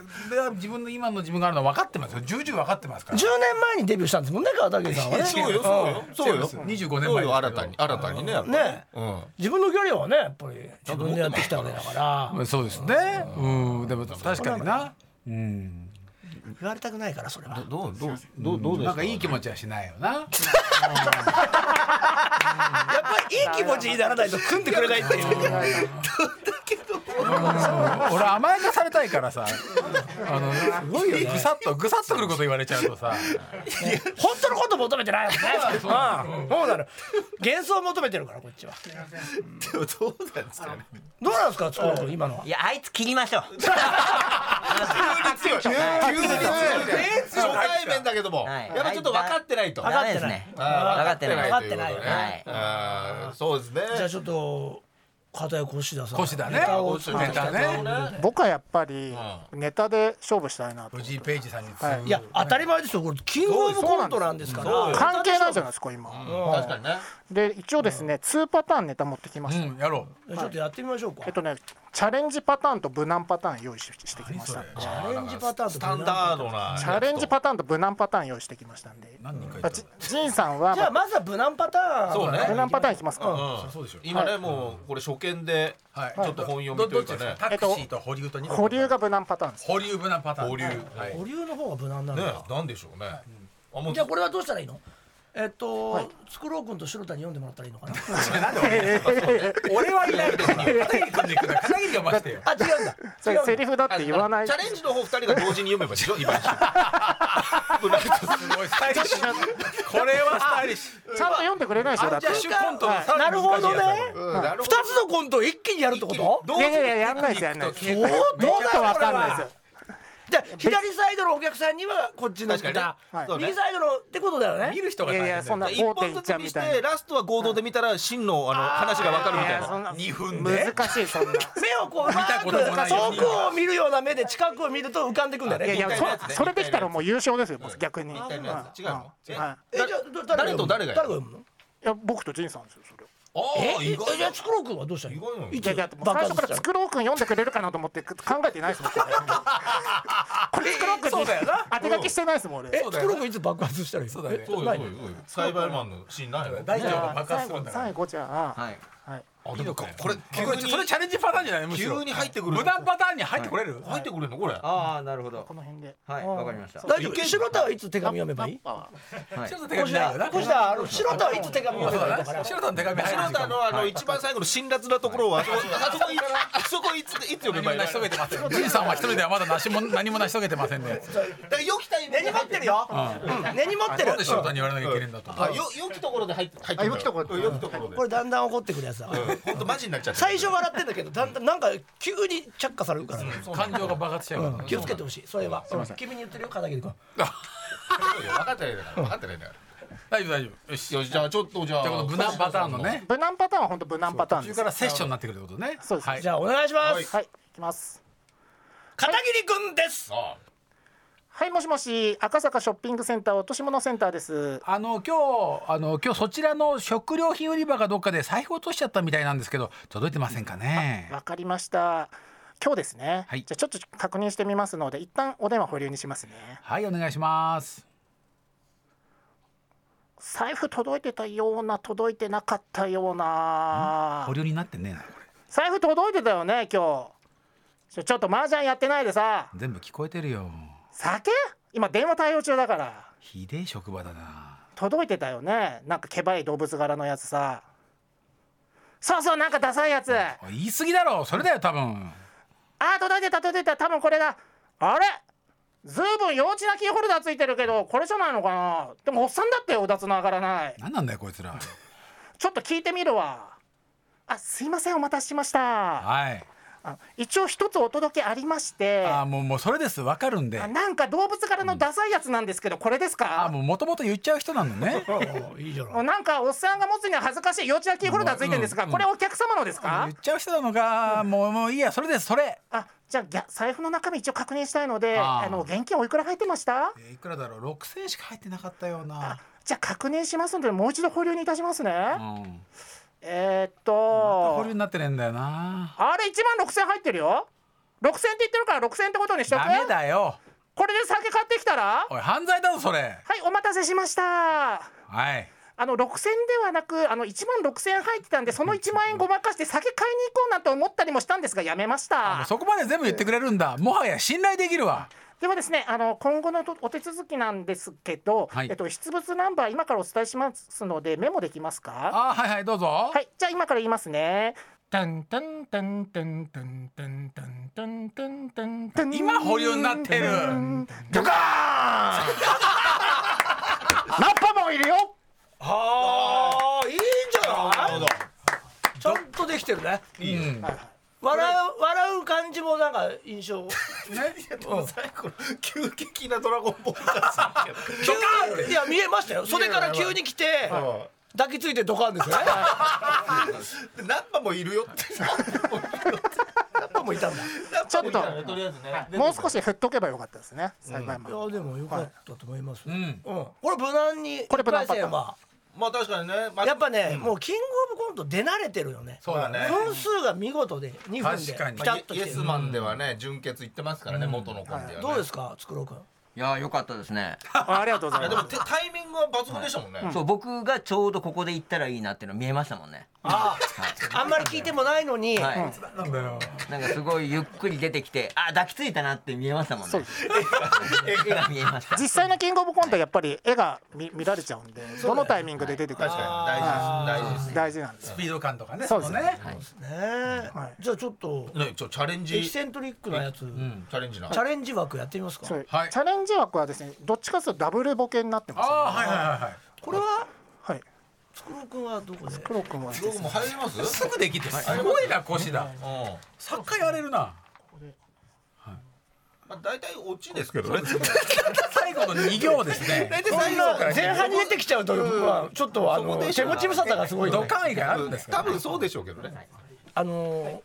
[SPEAKER 4] 自分の今の自分があるのは分かってますよ重々分かってますから
[SPEAKER 2] 10年前にデビューしたんですもんね川竹さんはね
[SPEAKER 3] そうよそうよそうよ
[SPEAKER 4] 25
[SPEAKER 3] そ
[SPEAKER 4] 年前です
[SPEAKER 3] う
[SPEAKER 4] け
[SPEAKER 3] よ
[SPEAKER 4] ど
[SPEAKER 3] 新たに新たにねやっぱ
[SPEAKER 2] ね
[SPEAKER 3] うん
[SPEAKER 2] 自分のキャリアはねやっぱり自分でやってきたわけだから
[SPEAKER 4] まあそうですねうんでも確かになうん
[SPEAKER 2] 言われたくないからそれは
[SPEAKER 3] どうどうどうどうで
[SPEAKER 4] な
[SPEAKER 3] す
[SPEAKER 4] んかいい気持ちはしないよな
[SPEAKER 2] やっぱりいい気持ちにならないと組んでくれないっていう
[SPEAKER 4] 俺甘やかされたいからさあのすごいよねぐさっとぐさっとくること言われちゃうとさ
[SPEAKER 2] 本当のこと求めてないもんねうんそうなの幻想を求めてるからこっちは
[SPEAKER 3] どうどうなんですかね
[SPEAKER 2] どうなんですかつくろ君今のはい
[SPEAKER 5] やあいつ切りましょう
[SPEAKER 3] 急に初対面だけども
[SPEAKER 5] はい
[SPEAKER 3] やっぱちょっと分かってないと
[SPEAKER 5] 分かってない分かってない
[SPEAKER 2] 分かってないよね
[SPEAKER 3] あーそうですね
[SPEAKER 2] じゃあちょっと片や越田さん
[SPEAKER 4] 腰だね
[SPEAKER 2] ネタを作って
[SPEAKER 4] ネ
[SPEAKER 2] きた
[SPEAKER 4] タね
[SPEAKER 6] 僕はやっぱりネタで勝負したいなと
[SPEAKER 4] 藤井ページさんに
[SPEAKER 6] はい
[SPEAKER 2] いや当たり前ですよこれキングオブコントなんですから
[SPEAKER 6] 関係ないじゃないですか今
[SPEAKER 3] 確かにね
[SPEAKER 6] で一応ですね2パターンネタ持ってきました
[SPEAKER 4] うんやろ
[SPEAKER 2] ちょっとやってみましょうか
[SPEAKER 6] えっとねチャレンジパターンと無難パターン用意ししてきましたんで
[SPEAKER 2] チャレンジパターンと
[SPEAKER 3] スタンダードな
[SPEAKER 6] チャレンジパターンと無難パターン用意してきましたんで
[SPEAKER 4] 何人かい
[SPEAKER 6] まあ
[SPEAKER 4] た
[SPEAKER 6] じジンさんは
[SPEAKER 2] じゃあまずは無難パターン
[SPEAKER 3] そうね
[SPEAKER 6] 無難パターンいきますか
[SPEAKER 3] ーン
[SPEAKER 4] そうでしょ
[SPEAKER 3] 今ねもうこれ初見で
[SPEAKER 4] はい
[SPEAKER 3] ちょっと本読み
[SPEAKER 4] ど
[SPEAKER 3] と
[SPEAKER 4] ど
[SPEAKER 3] い
[SPEAKER 4] っ
[SPEAKER 3] う
[SPEAKER 4] ちで
[SPEAKER 3] か
[SPEAKER 4] す
[SPEAKER 3] ね
[SPEAKER 4] かタクシーと保留と二番
[SPEAKER 6] 保留が無難パターンです
[SPEAKER 4] 保留無難パターン
[SPEAKER 3] 保留
[SPEAKER 4] はい
[SPEAKER 2] 保留の方が無難なん
[SPEAKER 3] ね
[SPEAKER 2] だ
[SPEAKER 3] なんでしょうねあもう
[SPEAKER 2] じゃあこれはどうしたらいいのえっとつくろう君と白田に読んでもらった らいいのかな
[SPEAKER 4] 俺はいないですに片桐君で行くんだ片桐が待ってよ
[SPEAKER 2] あ違うんだ
[SPEAKER 6] それセリフだって言わない
[SPEAKER 3] チャレンジの方二人が同時に読めばいいでしょ今無難と
[SPEAKER 4] すごいスタイリッシュこれはスタイリッシュ
[SPEAKER 6] ちゃんと読んでくれないでしょだって
[SPEAKER 4] 一瞬コントのさ
[SPEAKER 2] な
[SPEAKER 4] ら
[SPEAKER 2] る
[SPEAKER 4] に
[SPEAKER 2] ほ
[SPEAKER 4] 難しい
[SPEAKER 2] どね
[SPEAKER 4] やつだこれ
[SPEAKER 3] うんなる
[SPEAKER 2] 二
[SPEAKER 3] ほど
[SPEAKER 2] つのコントを一気にやるってこと
[SPEAKER 6] いやいやいややんないですやんないです
[SPEAKER 4] 同時に
[SPEAKER 2] 相当だよ
[SPEAKER 6] ちょっとわかんないですよ
[SPEAKER 2] じゃあ左サイドのお客さんにはこっちの
[SPEAKER 3] 確かにねそうね
[SPEAKER 2] 右サイドのってことだよね
[SPEAKER 4] 見る人が大変だよ
[SPEAKER 6] いやいやそんな
[SPEAKER 3] 一本ずつにしてラストは合同で見たら真のあの話がわかるみ
[SPEAKER 6] い
[SPEAKER 3] たい
[SPEAKER 6] やそん
[SPEAKER 3] な
[SPEAKER 6] な
[SPEAKER 4] 二分で
[SPEAKER 6] 難しいそんな
[SPEAKER 2] 目をこううま
[SPEAKER 4] た
[SPEAKER 2] ー
[SPEAKER 4] こともな
[SPEAKER 2] く
[SPEAKER 4] い
[SPEAKER 2] 遠くを見るような目で近くを見ると浮かんでくんだよ
[SPEAKER 6] いや
[SPEAKER 2] ね
[SPEAKER 6] いや
[SPEAKER 3] みたいなやつね
[SPEAKER 6] そそれできたらもう優勝ですよもう逆に
[SPEAKER 3] みたいなやつ違うの
[SPEAKER 6] うんはい
[SPEAKER 2] えじゃあど
[SPEAKER 3] 誰と誰が
[SPEAKER 2] 誰が読むの
[SPEAKER 6] いや僕と仁さんですよそれ
[SPEAKER 3] あ
[SPEAKER 2] え
[SPEAKER 3] あ意外
[SPEAKER 2] えじゃあつくろう君はどうしたらいいの
[SPEAKER 3] 意外なの
[SPEAKER 2] い
[SPEAKER 6] いやいや
[SPEAKER 2] 爆
[SPEAKER 6] 最
[SPEAKER 2] 発
[SPEAKER 6] 初から
[SPEAKER 2] した
[SPEAKER 6] つくろうくん読んでくれるかなと思って考えてないですもんこれこれつくろうくんに当て書きしてないですもん俺
[SPEAKER 2] えつくろう君いつ爆発したらいいの
[SPEAKER 4] そうだね
[SPEAKER 2] え
[SPEAKER 3] そうよ
[SPEAKER 2] な
[SPEAKER 3] そ
[SPEAKER 2] い
[SPEAKER 3] うよそうよ栽培マンのシーンないの
[SPEAKER 4] 大丈夫爆発
[SPEAKER 6] 最
[SPEAKER 4] する
[SPEAKER 6] 後
[SPEAKER 4] んだから
[SPEAKER 6] 最後じゃあ
[SPEAKER 5] はい
[SPEAKER 3] あでもここれ急
[SPEAKER 4] これ
[SPEAKER 3] に
[SPEAKER 4] それチャレンジパターンじゃないむしろ
[SPEAKER 3] 急に入ってくる
[SPEAKER 4] 無難パターンに入ってこれる
[SPEAKER 3] 入ってくれんのこれ
[SPEAKER 5] ああなるほど
[SPEAKER 6] この辺で
[SPEAKER 5] はいわかりました
[SPEAKER 2] 大丈夫白田はいつ手紙読めばいい
[SPEAKER 5] はい
[SPEAKER 4] ちょっと手
[SPEAKER 2] こ
[SPEAKER 4] 紙
[SPEAKER 2] し
[SPEAKER 4] ない
[SPEAKER 2] た
[SPEAKER 4] よな
[SPEAKER 2] こしたあの白田はいつ手紙読めばいいのかな
[SPEAKER 4] 白田の手紙入る
[SPEAKER 3] 白
[SPEAKER 4] 時
[SPEAKER 3] 田
[SPEAKER 4] 間も
[SPEAKER 3] のあの一番最後の辛辣なところはあそこあそこいあそこいついつ読め
[SPEAKER 4] 何も
[SPEAKER 3] ばいいの
[SPEAKER 4] 成し遂げてませんじいさんは一人ではまだなしも何も成し遂げてませんね
[SPEAKER 3] だから良きタイミン
[SPEAKER 2] 根に
[SPEAKER 3] グ
[SPEAKER 2] 持ってるようん根に持ってる
[SPEAKER 4] なんで白田に言われなきゃいけないんだと
[SPEAKER 3] あよ良きところで入って入って
[SPEAKER 7] あ良きところで
[SPEAKER 3] うん良きところで
[SPEAKER 2] これだんだん怒ってくるやつだ
[SPEAKER 3] 本当マジになっちゃって
[SPEAKER 2] 最初笑ってんだけどだんだんなんか急に着火されるからね
[SPEAKER 4] 感情が爆発しちゃうから
[SPEAKER 2] 気をつけてほしいそれは君に言ってるよ片桐君
[SPEAKER 3] 分かってないんだから分かってないんだから
[SPEAKER 4] 大丈夫大丈夫よしじゃ
[SPEAKER 3] よしじゃあちょっとじゃ
[SPEAKER 4] あこの
[SPEAKER 3] あ
[SPEAKER 4] 無難パターンのね
[SPEAKER 6] 無難パターンは本当無難パターン
[SPEAKER 4] 途中
[SPEAKER 6] です
[SPEAKER 4] か
[SPEAKER 6] は
[SPEAKER 4] らセッションになってくるってことね
[SPEAKER 6] そうです
[SPEAKER 4] はい
[SPEAKER 2] じゃあお願いします
[SPEAKER 6] いいきます
[SPEAKER 2] 片桐君です
[SPEAKER 3] あ
[SPEAKER 6] はいもしもし赤坂ショッピングセンター落とし物センターです
[SPEAKER 4] あの今日あの今日そちらの食料品売り場かどっかで財布落としちゃったみたいなんですけど届いてませんかね
[SPEAKER 6] わかりました今日ですね、
[SPEAKER 4] はい
[SPEAKER 6] じゃあちょっと確認してみますので一旦お電話保留にしますね
[SPEAKER 4] はいお願いします
[SPEAKER 6] 財布届いてたような届いてなかったような
[SPEAKER 4] 保留になってねえなこ
[SPEAKER 6] 財布届いてたよね今日ちょちょっと麻雀やってないでさ
[SPEAKER 4] れ全部聞こえてるよ
[SPEAKER 6] 酒今電話対応中だから
[SPEAKER 4] ひでえ職場だな
[SPEAKER 6] 届いてたよねなんかケバい動物柄のやつさそうそうなんかダサいやつあ
[SPEAKER 4] おい言い過ぎだろそれだよ多分
[SPEAKER 6] ー届いてた届いてた多分これだあれずいぶん幼稚なキーホルダーついてるけどこれじゃないのかなでもおっさんだってようだつの上がらない
[SPEAKER 4] 何なんだよこいつら
[SPEAKER 6] ちょっと聞いてみるわあすいませんお待たせしました
[SPEAKER 4] はい
[SPEAKER 6] あ一応一つお届けありまして
[SPEAKER 4] あーもうもうそれですわかるんで
[SPEAKER 6] あなんか動物柄のダサいやつなんですけど、これです
[SPEAKER 4] あ
[SPEAKER 6] か
[SPEAKER 4] もうもともと言っちゃう人なのね
[SPEAKER 2] いいじゃない
[SPEAKER 6] あなんかおっさんが持つには恥ずかしい幼稚なキーホルダーついてるんですが、
[SPEAKER 4] うんうん
[SPEAKER 6] これお客様のですか、
[SPEAKER 4] 言っちゃう人なのかもうもういいやそれですそれ
[SPEAKER 6] あじゃあぎゃ財布の中身一応確認したいので
[SPEAKER 4] あ
[SPEAKER 6] あ
[SPEAKER 4] ー
[SPEAKER 6] の現金おいくら入ってました
[SPEAKER 4] えーいくらだろう6000円しか入ってなかったような
[SPEAKER 6] じゃあ確認しますのでもう一度保留にいたしますね、
[SPEAKER 4] うん
[SPEAKER 6] えー、っ
[SPEAKER 4] 保
[SPEAKER 6] と
[SPEAKER 4] 留になってねえんだよな
[SPEAKER 6] あれ1万6000入ってるよ6000って言ってるから6000ってことにしとく
[SPEAKER 4] ダメだよ
[SPEAKER 6] これで酒買ってきたらは
[SPEAKER 4] おい犯罪だぞそれ
[SPEAKER 6] いお待たせしました
[SPEAKER 4] はい
[SPEAKER 6] あの6000ではなくあの1万6000入ってたんでその1万円ごまかして酒買いに行こうなんて思ったりもしたんですがやめました
[SPEAKER 4] そこまで全部言ってくれるんだもはや信頼できるわ
[SPEAKER 6] ではですねあの今後のとお手続きなんですけど、
[SPEAKER 4] はい
[SPEAKER 6] えっと、出物ナンバー今からお伝えしますのでメモできますか
[SPEAKER 4] あーはいはいどうぞは
[SPEAKER 6] はいじゃあ今から言いますね
[SPEAKER 4] 今保留になってる
[SPEAKER 6] ドカーンラッパもいるよ
[SPEAKER 2] ああいいんじ
[SPEAKER 3] なる
[SPEAKER 2] ゃ
[SPEAKER 3] ほ
[SPEAKER 2] な
[SPEAKER 3] ど
[SPEAKER 2] いちゃんとできてるね
[SPEAKER 3] いいね
[SPEAKER 2] 笑う笑う感じもなんか印象
[SPEAKER 3] でも最後の急激なドラゴンボールがさ
[SPEAKER 2] 急にいや見えましたよ袖から急に来て抱きついてドカンですよね
[SPEAKER 3] 何羽もいるよって
[SPEAKER 2] やっぱもういたんだい
[SPEAKER 6] ちょっと
[SPEAKER 3] とりあえずね
[SPEAKER 6] もう少し振っとけばよかったですね栽培マン
[SPEAKER 2] やでもよかったと思います
[SPEAKER 4] うん
[SPEAKER 2] うんこれ無難に
[SPEAKER 6] これ無難パター
[SPEAKER 2] 一回
[SPEAKER 6] ン
[SPEAKER 2] 戦は
[SPEAKER 3] まあ確かにね、まあ
[SPEAKER 2] やっぱね、もうキングオブコント出慣れてるよね
[SPEAKER 4] そうだね
[SPEAKER 2] 分数が見事で2分で
[SPEAKER 4] 確かに
[SPEAKER 2] ピタッと
[SPEAKER 3] イ
[SPEAKER 2] き
[SPEAKER 3] エ
[SPEAKER 2] てる
[SPEAKER 3] スマンではね純潔いってますからね、元のコンビはね
[SPEAKER 2] どうですかつくろくん
[SPEAKER 5] いやーよかったですね
[SPEAKER 6] あありがとうご
[SPEAKER 3] い
[SPEAKER 6] ざ
[SPEAKER 3] や
[SPEAKER 6] い
[SPEAKER 3] でも
[SPEAKER 6] ます
[SPEAKER 3] てタイミングは抜群でしたもんね、
[SPEAKER 5] そう僕がちょうどここで行ったらいいなっていうの見えましたもん ね
[SPEAKER 2] あああんまり聞いてもないのに、
[SPEAKER 5] はい、
[SPEAKER 4] なんだよ
[SPEAKER 5] なんかすごいゆっくり出てきてあ抱きついたなって見えましたもんね絵が見えました
[SPEAKER 6] 実際のキングオブコントはやっぱり絵が見見られちゃうんでどのタイミングで出てくる
[SPEAKER 3] 確
[SPEAKER 6] か
[SPEAKER 3] かに大事です大事ですね
[SPEAKER 6] 大事なんです
[SPEAKER 4] スピード感とかね
[SPEAKER 6] そうですね
[SPEAKER 4] のね
[SPEAKER 2] ねえ
[SPEAKER 6] はい
[SPEAKER 2] じゃあちょっと
[SPEAKER 3] ねちょチャレンジ
[SPEAKER 2] エキ
[SPEAKER 3] チ
[SPEAKER 2] セントリックなやつ、
[SPEAKER 3] ャレンジな
[SPEAKER 2] チャレンジ枠やってみますか
[SPEAKER 6] そう
[SPEAKER 4] はい
[SPEAKER 6] チャレンジ枠はですねどっちかというとダブルボケになってます
[SPEAKER 4] ああはいはいはいはい
[SPEAKER 2] これは
[SPEAKER 6] はい
[SPEAKER 2] つくろくんはどこで
[SPEAKER 6] 黒くんはです
[SPEAKER 3] 僕も
[SPEAKER 6] ね
[SPEAKER 3] 入ります
[SPEAKER 4] すぐできてすごいな腰だ
[SPEAKER 3] うん
[SPEAKER 4] サッカーやれるな
[SPEAKER 3] まあ大体オチですけどね
[SPEAKER 4] 最後の2行ですね
[SPEAKER 3] 大体
[SPEAKER 2] そん
[SPEAKER 3] 最後
[SPEAKER 2] な
[SPEAKER 3] から
[SPEAKER 2] 前半に出てきちゃうと、僕はちょっとあ
[SPEAKER 3] そ
[SPEAKER 2] の
[SPEAKER 3] こでし
[SPEAKER 2] 手
[SPEAKER 3] ょう
[SPEAKER 2] 持ち無沙汰がすごいよ
[SPEAKER 4] ド
[SPEAKER 2] ね
[SPEAKER 4] カン以外あるんですか
[SPEAKER 3] 多分そうでしょうけどね
[SPEAKER 2] あのー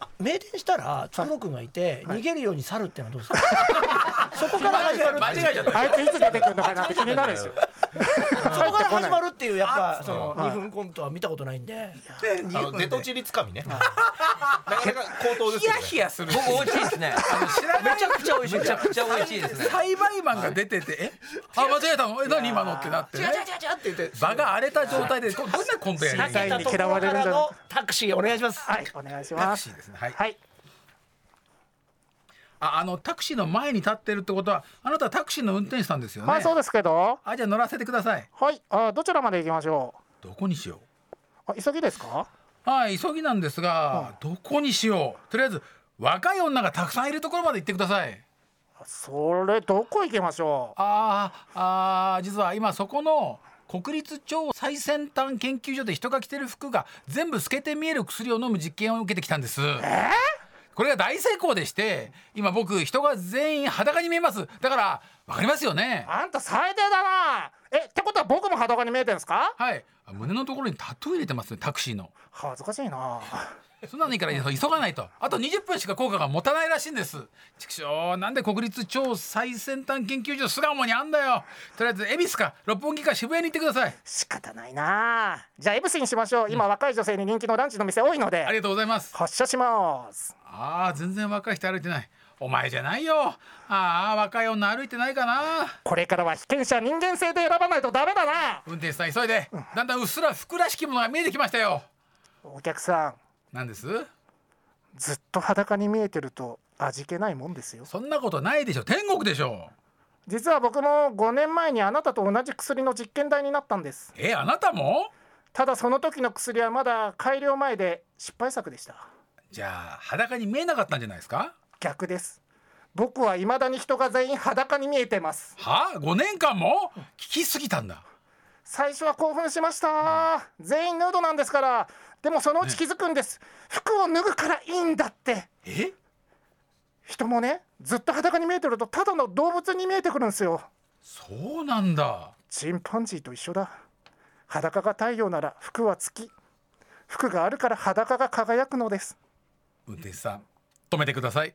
[SPEAKER 2] あ明転したらつくろくんがいて、逃げるように去るってのはどうですか そこから始まる
[SPEAKER 4] 間違えちゃった
[SPEAKER 6] あいついつ出てくるのかなって気に なるんですよ
[SPEAKER 2] そこから始まるっていうやっぱその2分コントは見たことないんで
[SPEAKER 3] あの出とちりつかみねなかなか口頭です
[SPEAKER 4] ヒ
[SPEAKER 3] よ
[SPEAKER 4] ヤ
[SPEAKER 3] ね
[SPEAKER 4] ヒヤする
[SPEAKER 5] 僕美味しいですね
[SPEAKER 4] 知らない
[SPEAKER 5] めちゃくちゃ美味しいめちゃくちゃ美味しいですね
[SPEAKER 4] 栽培マンが出ててえあ間違えたのえ何今のってなってね
[SPEAKER 2] って言って
[SPEAKER 4] 場が荒れた状態でこうどんなコントやり
[SPEAKER 6] 知ら
[SPEAKER 4] た
[SPEAKER 6] ないい
[SPEAKER 2] ところからのタクシーお願いします
[SPEAKER 6] はいお願いし
[SPEAKER 4] タ
[SPEAKER 6] ま
[SPEAKER 4] ク
[SPEAKER 6] す
[SPEAKER 4] シーですねはい
[SPEAKER 6] はい
[SPEAKER 4] ああのタクシーの前に立ってるってことはあなたタクシーの運転手さんですよね
[SPEAKER 6] まあそうですけど
[SPEAKER 4] あじゃあ乗らせてください
[SPEAKER 6] はいあどちらまで行きましょ
[SPEAKER 4] どこにしよ
[SPEAKER 6] うあ急ぎですか
[SPEAKER 4] うはい急ぎなんですがどこにしようとりあえず若い女がたくさんいるところまで行ってください
[SPEAKER 6] それどこ行きましょう
[SPEAKER 4] あーあー実は今そこの国立超最先端研究所で人が着てる服が全部透けて見える薬を飲む実験を受けてきたんです。これが大成功でして今僕人が全員裸に見えますだからわかりますよね
[SPEAKER 6] あんた最低だなえってことは僕も裸に見えてんですか
[SPEAKER 4] はいあ胸のところにタトゥー入れてますねタクシーの
[SPEAKER 6] 恥ずかしいな
[SPEAKER 4] そんなのいいから急がないとあと20分しか効果が持たないらしいんです畜生なんで国立超最先端研究所巣鴨にあんだよとりあえず恵比寿か六本木か渋谷に行ってください
[SPEAKER 6] 仕方ないなじゃあエブスにしましょう今、若い女性に人気のランチの店多いので
[SPEAKER 4] ありがとうございます
[SPEAKER 6] 発車します
[SPEAKER 4] ああ全然若い人歩いてないお前じゃないよああ若い女歩いてないかな
[SPEAKER 6] これからは被験者人間性で選ばないとダメだな
[SPEAKER 4] 運転手さん急いでだんだんうっすら服らしきものが見えてきましたよ
[SPEAKER 6] お客さん
[SPEAKER 4] なんです
[SPEAKER 6] ずっと裸に見えてると味気ないもんですよ
[SPEAKER 4] そんなことないでしょ天国でしょ
[SPEAKER 6] 実は僕も5年前にあなたと同じ薬の実験台になったんです
[SPEAKER 4] えあなたも
[SPEAKER 6] ただその時の薬はまだ改良前で失敗作でした
[SPEAKER 4] じゃあ裸に見えなかったんじゃないですか
[SPEAKER 6] 逆です僕は未だに人が全員裸に見えてます
[SPEAKER 4] はあ5年間も聞きすぎたんだ
[SPEAKER 6] 最初は興奮しました全員ヌードなんですからでもそのうち気づくんです、服を脱ぐからいいんだって
[SPEAKER 4] え
[SPEAKER 6] 人もねずっと裸に見えてるとただの動物に見えてくるんですよ
[SPEAKER 4] そうなんだ
[SPEAKER 6] チンパンジーと一緒だ裸が太陽なら服は月服があるから裸が輝くのです
[SPEAKER 4] 運転手さん止めてください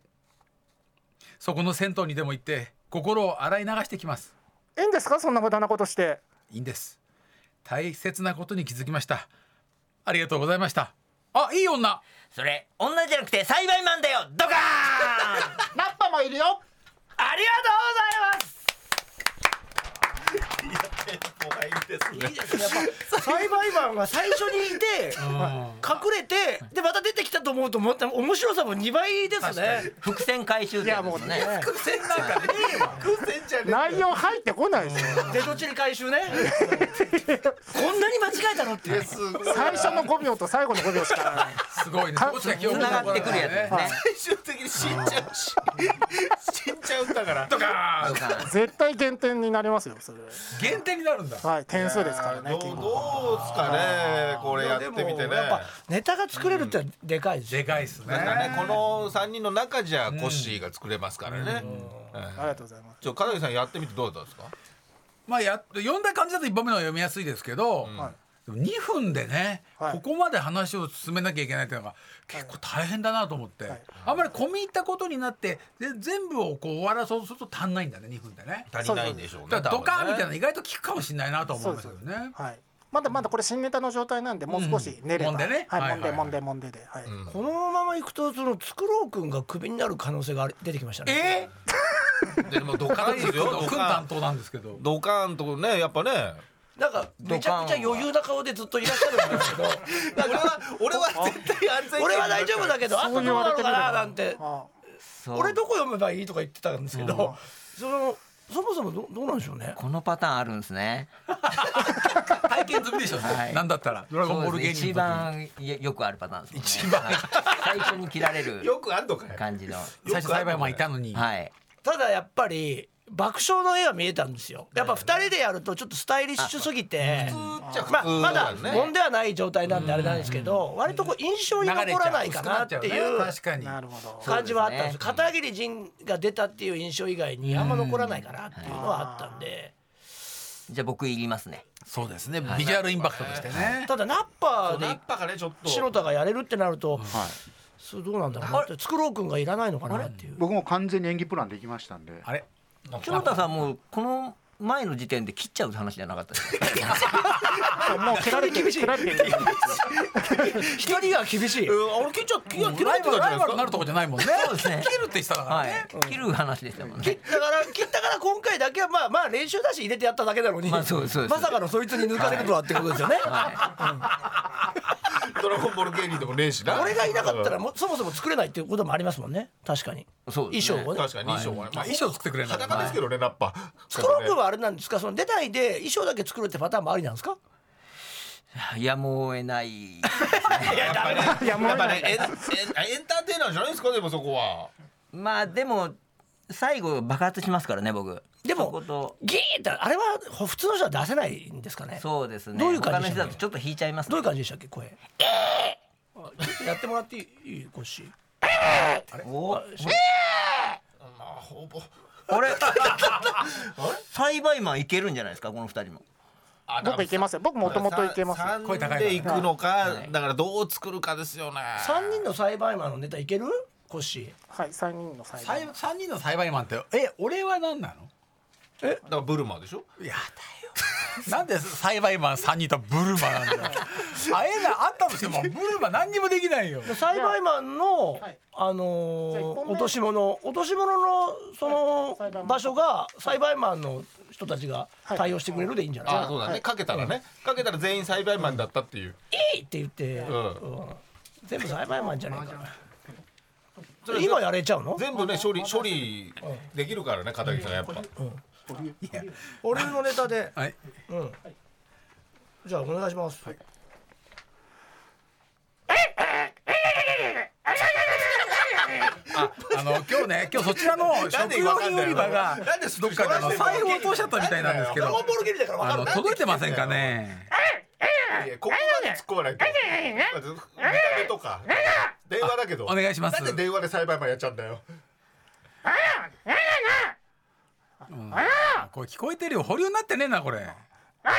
[SPEAKER 4] そこの銭湯にでも行って心を洗い流してきます
[SPEAKER 6] いいんですかそんな無駄なことして
[SPEAKER 4] いいんです大切なことに気づきましたありがとうございましたあいい女
[SPEAKER 5] それ女じゃなくて栽培マンだよドカーン
[SPEAKER 6] ラッパもいるよ
[SPEAKER 5] ありがとうございます
[SPEAKER 3] 怖いですね
[SPEAKER 2] いいですねやっぱ栽培マンが最初にいて隠れてでまた出てきたと思うと思った面白さも2倍ですね
[SPEAKER 5] 伏線回収ですもんね
[SPEAKER 2] 伏線なんかねえわ
[SPEAKER 6] 内容入ってこないですよ
[SPEAKER 2] 出どちり回収ねこんなに間違えたのっていう
[SPEAKER 6] 最初の5秒と最後の5秒しかない
[SPEAKER 4] すごいねどっちが記憶
[SPEAKER 5] 繋
[SPEAKER 4] に
[SPEAKER 5] が
[SPEAKER 4] 残
[SPEAKER 5] って
[SPEAKER 4] るか
[SPEAKER 5] くるやつで
[SPEAKER 4] ね
[SPEAKER 5] すね
[SPEAKER 3] 最終的に死んじゃうし死んじゃうんだから
[SPEAKER 4] とか
[SPEAKER 5] ドカーン
[SPEAKER 6] 絶対減点になりますよそれ
[SPEAKER 4] 減点になるんだ
[SPEAKER 6] はい点数ですから
[SPEAKER 3] ど
[SPEAKER 6] ね
[SPEAKER 3] うど
[SPEAKER 6] キン
[SPEAKER 3] う
[SPEAKER 6] グ
[SPEAKER 3] ですかねこれやってみてね
[SPEAKER 2] でもやっぱネタが作れるってでかいですよ
[SPEAKER 4] でかいっすね
[SPEAKER 3] なんかねこの三人の中じゃコッシーが作れますからね
[SPEAKER 6] ありがとうございます
[SPEAKER 3] ちょ片桐さんやってみてどうだったんですか
[SPEAKER 4] まあや読んだ感じだと一本目のは読みやすいですけど、でも2分でね、
[SPEAKER 6] はい
[SPEAKER 4] ここまで話を進めなきゃいけないっていうのが結構大変だなと思って、あんまり込み入ったことになってで全部をこう終わらそうとすると足んないんだね2分でね。
[SPEAKER 3] 足りないんでしょうね
[SPEAKER 4] だからドカーンみたいな
[SPEAKER 3] 多分
[SPEAKER 4] の
[SPEAKER 3] ね
[SPEAKER 4] 意外と効くかもしれないなと思いますけどね。
[SPEAKER 6] はいまだまだこれ新ネタの状態なんでもう少し練れば、
[SPEAKER 4] うん揉んでね
[SPEAKER 6] はい
[SPEAKER 4] はい
[SPEAKER 6] 揉んで
[SPEAKER 4] はいはい
[SPEAKER 6] 揉んで揉んでで、はい
[SPEAKER 2] このまま行くとそのつくろうくんがクビになる可能性があり出てきましたね。
[SPEAKER 3] えー、でもドカンですよド
[SPEAKER 4] 君
[SPEAKER 3] カ
[SPEAKER 4] 担
[SPEAKER 3] ン
[SPEAKER 4] 当なんですけど
[SPEAKER 3] ドカンとねやっぱね
[SPEAKER 2] なんかめちゃくちゃ余裕な顔でずっといらっしゃるんですけ ど
[SPEAKER 3] 俺は 俺は絶対安全圏
[SPEAKER 2] 俺は大丈夫だけどあとどうなのかななんて
[SPEAKER 6] あ
[SPEAKER 5] そう
[SPEAKER 2] 俺どこ読めばいいとか言ってたんですけど、そのそもそもどどうなんでしょうね。
[SPEAKER 5] このパターンあるんですね。
[SPEAKER 4] 体験済みでしょ、
[SPEAKER 5] はい
[SPEAKER 4] なんだったらドラゴンボール芸人
[SPEAKER 5] 一番よくあるパターンです。一番最初に切られる
[SPEAKER 3] よくあんのかよ
[SPEAKER 5] 感じの。
[SPEAKER 4] 最初裁判マンいたのに、
[SPEAKER 5] はい。
[SPEAKER 2] ただやっぱり爆笑の絵は見えたんですよやっぱ2人でやるとちょっとスタイリッシュすぎて
[SPEAKER 3] じゃあ
[SPEAKER 2] まあまだ
[SPEAKER 3] 普通よね
[SPEAKER 2] もんではない状態なんであれなんですけど割とこう印象に残らないかなっていう
[SPEAKER 4] 確か
[SPEAKER 6] ー
[SPEAKER 4] に
[SPEAKER 6] なるほど
[SPEAKER 2] 感じはあったんで
[SPEAKER 5] そう
[SPEAKER 2] す
[SPEAKER 5] ですね
[SPEAKER 2] 片桐仁が出たっていう印象以外にあんま残らないかなっていうのはあったんで
[SPEAKER 5] じゃあ僕いりますね。
[SPEAKER 4] そうですねビジュアルインパクトでしてね
[SPEAKER 2] ただナッパー
[SPEAKER 3] ナッ
[SPEAKER 2] で
[SPEAKER 3] パがねちょっと
[SPEAKER 2] 篠田がやれるってなるとそれどうなんだろうなってつくろうくんがいらないのかなっていう
[SPEAKER 7] 僕も完全に演技プランできましたんで
[SPEAKER 4] あれ
[SPEAKER 5] 篠田さんもうこの前の時点で切っちゃう話じゃなかったですか。
[SPEAKER 6] もう蹴られて
[SPEAKER 2] 厳しい
[SPEAKER 6] 蹴られてる
[SPEAKER 2] 一人は厳しい
[SPEAKER 3] うん俺切っちゃ切ら切ら
[SPEAKER 4] ラ
[SPEAKER 3] れ
[SPEAKER 4] イ
[SPEAKER 3] てた
[SPEAKER 4] バ
[SPEAKER 3] じ
[SPEAKER 4] ル
[SPEAKER 3] ゃないです
[SPEAKER 4] ライバルにな
[SPEAKER 3] か
[SPEAKER 4] るとこじゃないもんね
[SPEAKER 5] そうですね
[SPEAKER 4] 切るってしたから
[SPEAKER 5] は
[SPEAKER 4] ね、
[SPEAKER 5] い。切る話でしたもんね。
[SPEAKER 2] だから切ったから今回だけはまあまあ練習だし入れてやっただけなのに、
[SPEAKER 5] まあそうですそうです
[SPEAKER 2] まさかのそいつに抜かれるとはってことですよね、
[SPEAKER 3] ドラゴンボール芸人でもねえしな
[SPEAKER 2] 俺がいなかったらもうそもそも作れないっていうこともありますもんね確かに
[SPEAKER 5] そうですね
[SPEAKER 2] 衣装をね
[SPEAKER 3] 確かに衣装は、
[SPEAKER 4] まあ、衣装作ってくれるんだ
[SPEAKER 3] 裸ですけどねラッパ
[SPEAKER 2] 作ろうくんはあれなんですかその出ないで衣装だけ作るってパターンもありなんですか
[SPEAKER 5] いやもうえない。
[SPEAKER 6] いやもう
[SPEAKER 3] やっぱねエンエンエンターテイナーじゃないですかでもそこは
[SPEAKER 5] まあでも最後爆発しますからね僕。
[SPEAKER 2] で
[SPEAKER 5] そこ
[SPEAKER 2] も
[SPEAKER 5] と
[SPEAKER 2] ギーってあれはほ普通の人は出せないんですかね
[SPEAKER 5] そうですね。
[SPEAKER 2] どういう感
[SPEAKER 5] 他の人
[SPEAKER 2] じでした
[SPEAKER 5] だ
[SPEAKER 2] っ
[SPEAKER 5] と
[SPEAKER 2] け
[SPEAKER 5] ちょっと引いちゃいます、ね。
[SPEAKER 2] どういう感じでしたっけ声あちょっとやってもらっていいコッシー
[SPEAKER 5] お
[SPEAKER 3] まあほぼ
[SPEAKER 5] あ れ栽培マンいけるんじゃないですかこの二人も
[SPEAKER 3] あだか
[SPEAKER 6] 僕
[SPEAKER 3] ら
[SPEAKER 6] いけますよ僕もともといけますよ
[SPEAKER 3] 3
[SPEAKER 4] 声高いから
[SPEAKER 3] で行くのか、だからどう作るかですよね
[SPEAKER 2] 3人の栽培マンのネタいけるコッシー
[SPEAKER 6] はい3人の裁判
[SPEAKER 4] 3人の裁判員マンってえ俺は何な
[SPEAKER 3] だからブルマでしょ
[SPEAKER 4] のやだよ なんで裁判員マン3人とブルマなんだよあえなあったとしてもブルマ何にもできないよ
[SPEAKER 2] 栽培マンの、
[SPEAKER 6] はい
[SPEAKER 2] あの
[SPEAKER 6] じゃあ一
[SPEAKER 2] ー
[SPEAKER 6] 本目
[SPEAKER 2] 落とし物落とし物のそ
[SPEAKER 6] はい栽培マ
[SPEAKER 2] の
[SPEAKER 6] ン
[SPEAKER 2] 場所が栽培マンの人たちが
[SPEAKER 6] はい
[SPEAKER 2] 対応してくれるでいいんじゃない、
[SPEAKER 3] あそうだね、かけたらねかけたら全員栽培マンだったっていう、
[SPEAKER 2] い、いって言って、
[SPEAKER 3] ん
[SPEAKER 2] うん全部栽培マンじゃないかな今やれちゃうの
[SPEAKER 3] 全部ね処理処理できるからね片桐さんやっぱ、
[SPEAKER 2] 俺のネタで
[SPEAKER 4] はい
[SPEAKER 2] じゃあお願いします、
[SPEAKER 4] あの今日ね今日そちらの
[SPEAKER 3] なん
[SPEAKER 4] 食
[SPEAKER 3] で
[SPEAKER 4] 料
[SPEAKER 3] わかん
[SPEAKER 4] 品
[SPEAKER 3] ないの
[SPEAKER 4] 売り場が
[SPEAKER 3] なんで
[SPEAKER 4] どっかであの
[SPEAKER 3] そらして
[SPEAKER 4] 財布を落としちゃったみたいなんですけ
[SPEAKER 2] ドラゴ
[SPEAKER 4] ど
[SPEAKER 2] ンボールゲリだから分か
[SPEAKER 4] あ
[SPEAKER 2] る
[SPEAKER 4] の届いてませんかね
[SPEAKER 3] いやここまで突っ込まないと見た目とか電話だけど
[SPEAKER 4] お願いします
[SPEAKER 3] なんで電話で栽培マンやっちゃうんだよ
[SPEAKER 4] これ聞こえてるよ保留になってねえなこれマー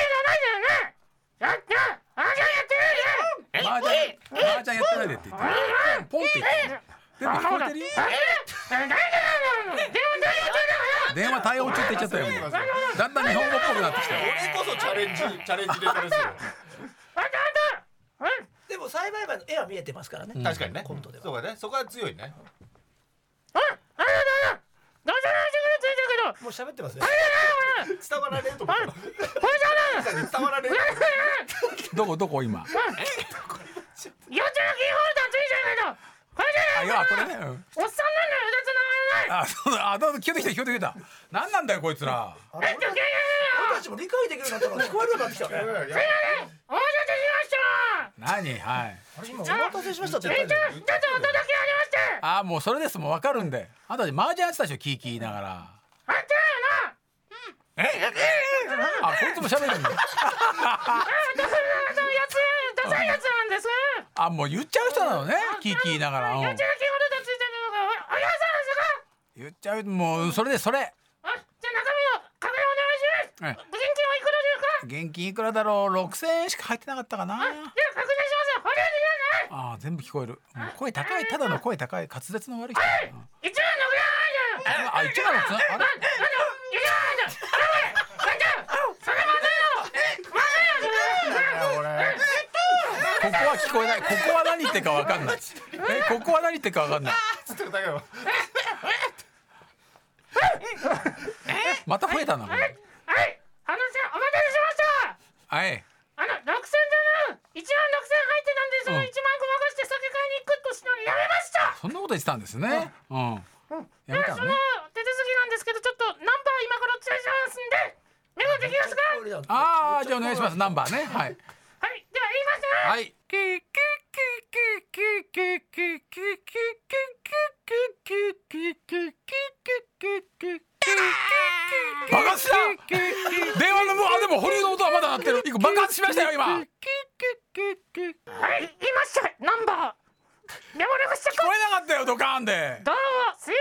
[SPEAKER 4] ジャンマージャンやってないでって言ってポンって言って全部聞こえてるよ電話対応中って言っちゃったよもうだんだん日本語っぽくなってきたよ
[SPEAKER 3] 俺こそチャレンジチャレンジネタですよ
[SPEAKER 2] でも栽培マンの絵は見えてますからね、
[SPEAKER 3] 確かにね
[SPEAKER 2] コントでは
[SPEAKER 3] そうかねそこは強いね
[SPEAKER 2] もう喋ってますね
[SPEAKER 3] 伝わらねえと思う伝わらねえ
[SPEAKER 4] どこどこ今あいやこれねう
[SPEAKER 8] おっさんなん
[SPEAKER 4] ん
[SPEAKER 8] だよ、うだつのがない。
[SPEAKER 4] あそうだあどうぞ聞こえてきた聞こえてきた何なんだよこいつら
[SPEAKER 2] 俺たちも理解できるようになったら聞こえるようになってきたね
[SPEAKER 8] お待たせしました。
[SPEAKER 4] 何はい
[SPEAKER 2] あれ今お待たせしましたって言ったじゃん
[SPEAKER 8] ちょっとお届けありまして。
[SPEAKER 4] あもうそれですもう分かるんであんたマージャンやってたでしょキーキー言いながら
[SPEAKER 8] あんたやな。
[SPEAKER 4] あこいつも喋るんだ
[SPEAKER 8] だから、あのやつ、ダサいやつなんです。
[SPEAKER 4] あもう言っちゃう人なのねキーキー言いながらう
[SPEAKER 8] やっ
[SPEAKER 4] ん
[SPEAKER 8] ちゃう気ほどついてるのが、おお客さんです
[SPEAKER 4] 言っちゃうもうそれでそれ
[SPEAKER 8] か。あ、じゃ、あ中身を、確認お願いします。現金はいくらですか。
[SPEAKER 4] 現金いくらだろう6000円しか入ってなかったかな
[SPEAKER 8] では、確認します。お願いします。
[SPEAKER 4] あー全部聞こえるもう声高いただの声高い滑舌の悪い人だな
[SPEAKER 8] 一番のぐらいだよ。
[SPEAKER 4] あ一番のつなあれ
[SPEAKER 8] なんだ、一番だ。やばい。あんた、それまずいよ。まずいよ。
[SPEAKER 4] こえないここは何言ってるかわかんないえここは何言ってるかわかんない
[SPEAKER 3] つってだけど
[SPEAKER 4] また増えたなこれ
[SPEAKER 8] はいあのじゃお待たせしました
[SPEAKER 4] はい
[SPEAKER 8] あの6000ドル1万6000入ってたんでその
[SPEAKER 4] うん
[SPEAKER 8] 1万ごまかして酒買いに行くとしたのやめました
[SPEAKER 4] そんなこと言ってたんですねうんやめた
[SPEAKER 8] その
[SPEAKER 4] のね
[SPEAKER 8] 手続きなんですけどちょっとナンバー今からお伝えしますんでメモできますかは
[SPEAKER 4] ああじゃあお願いしますナンバーねはい
[SPEAKER 8] いでは言いますね
[SPEAKER 4] はい爆発した電話のもあでも保留の音はまだ鳴ってる一個爆発しましたよ今聞こ
[SPEAKER 8] はい言いましたナンバーメモ力し
[SPEAKER 4] えなかったよドカーンで
[SPEAKER 8] どうもすい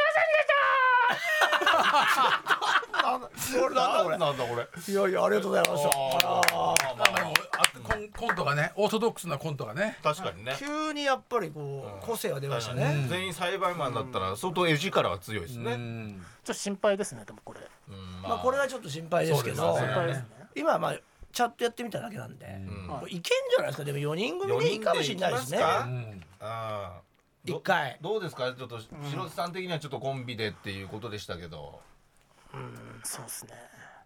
[SPEAKER 8] ませんでした
[SPEAKER 3] これなんだこれなんだこれ
[SPEAKER 2] いやいやありがとうございましたあら
[SPEAKER 4] コンコントがねオーソドックスなコントがね
[SPEAKER 3] 確かにね
[SPEAKER 2] 急にやっぱりこう個性が出ましたね
[SPEAKER 3] 全員裁判官だったら相当絵力は強いですね
[SPEAKER 6] ちょっと心配ですねでもこれ
[SPEAKER 2] まあこれはちょっと心配ですけど
[SPEAKER 3] そうですね
[SPEAKER 6] 心配ですね
[SPEAKER 2] 今はまあチャットやってみただけなんでもういけんじゃないですかでも4人組でいいかもしれないですね
[SPEAKER 3] 四人で行きますかうんど
[SPEAKER 2] 一回
[SPEAKER 3] どうですかちょっと白津さん的にはちょっとコンビでっていうことでしたけど
[SPEAKER 6] そうですね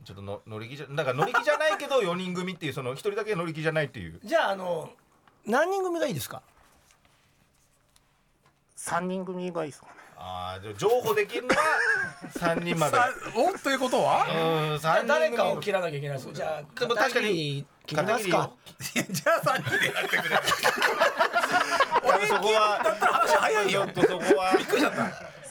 [SPEAKER 3] ちょっとの乗り気じゃだから乗り気じゃないけど四人組っていうその一人だけ乗り気じゃないっていう
[SPEAKER 2] じゃああの何人組がいいですか
[SPEAKER 6] 三人組がいいですかね
[SPEAKER 3] ああ情報できるのは三人まで
[SPEAKER 4] さおということは
[SPEAKER 3] うん
[SPEAKER 2] じゃあ
[SPEAKER 3] 三人
[SPEAKER 2] 誰
[SPEAKER 3] 組
[SPEAKER 2] かを切らなきゃいけないですじゃあ
[SPEAKER 3] でも確かに
[SPEAKER 2] 片桐切りますか
[SPEAKER 4] いやじゃあ3人でやってくれ
[SPEAKER 3] 俺そこは
[SPEAKER 4] 話早い
[SPEAKER 3] ちょ
[SPEAKER 4] よ
[SPEAKER 3] っとそこは
[SPEAKER 4] びっくりしちゃった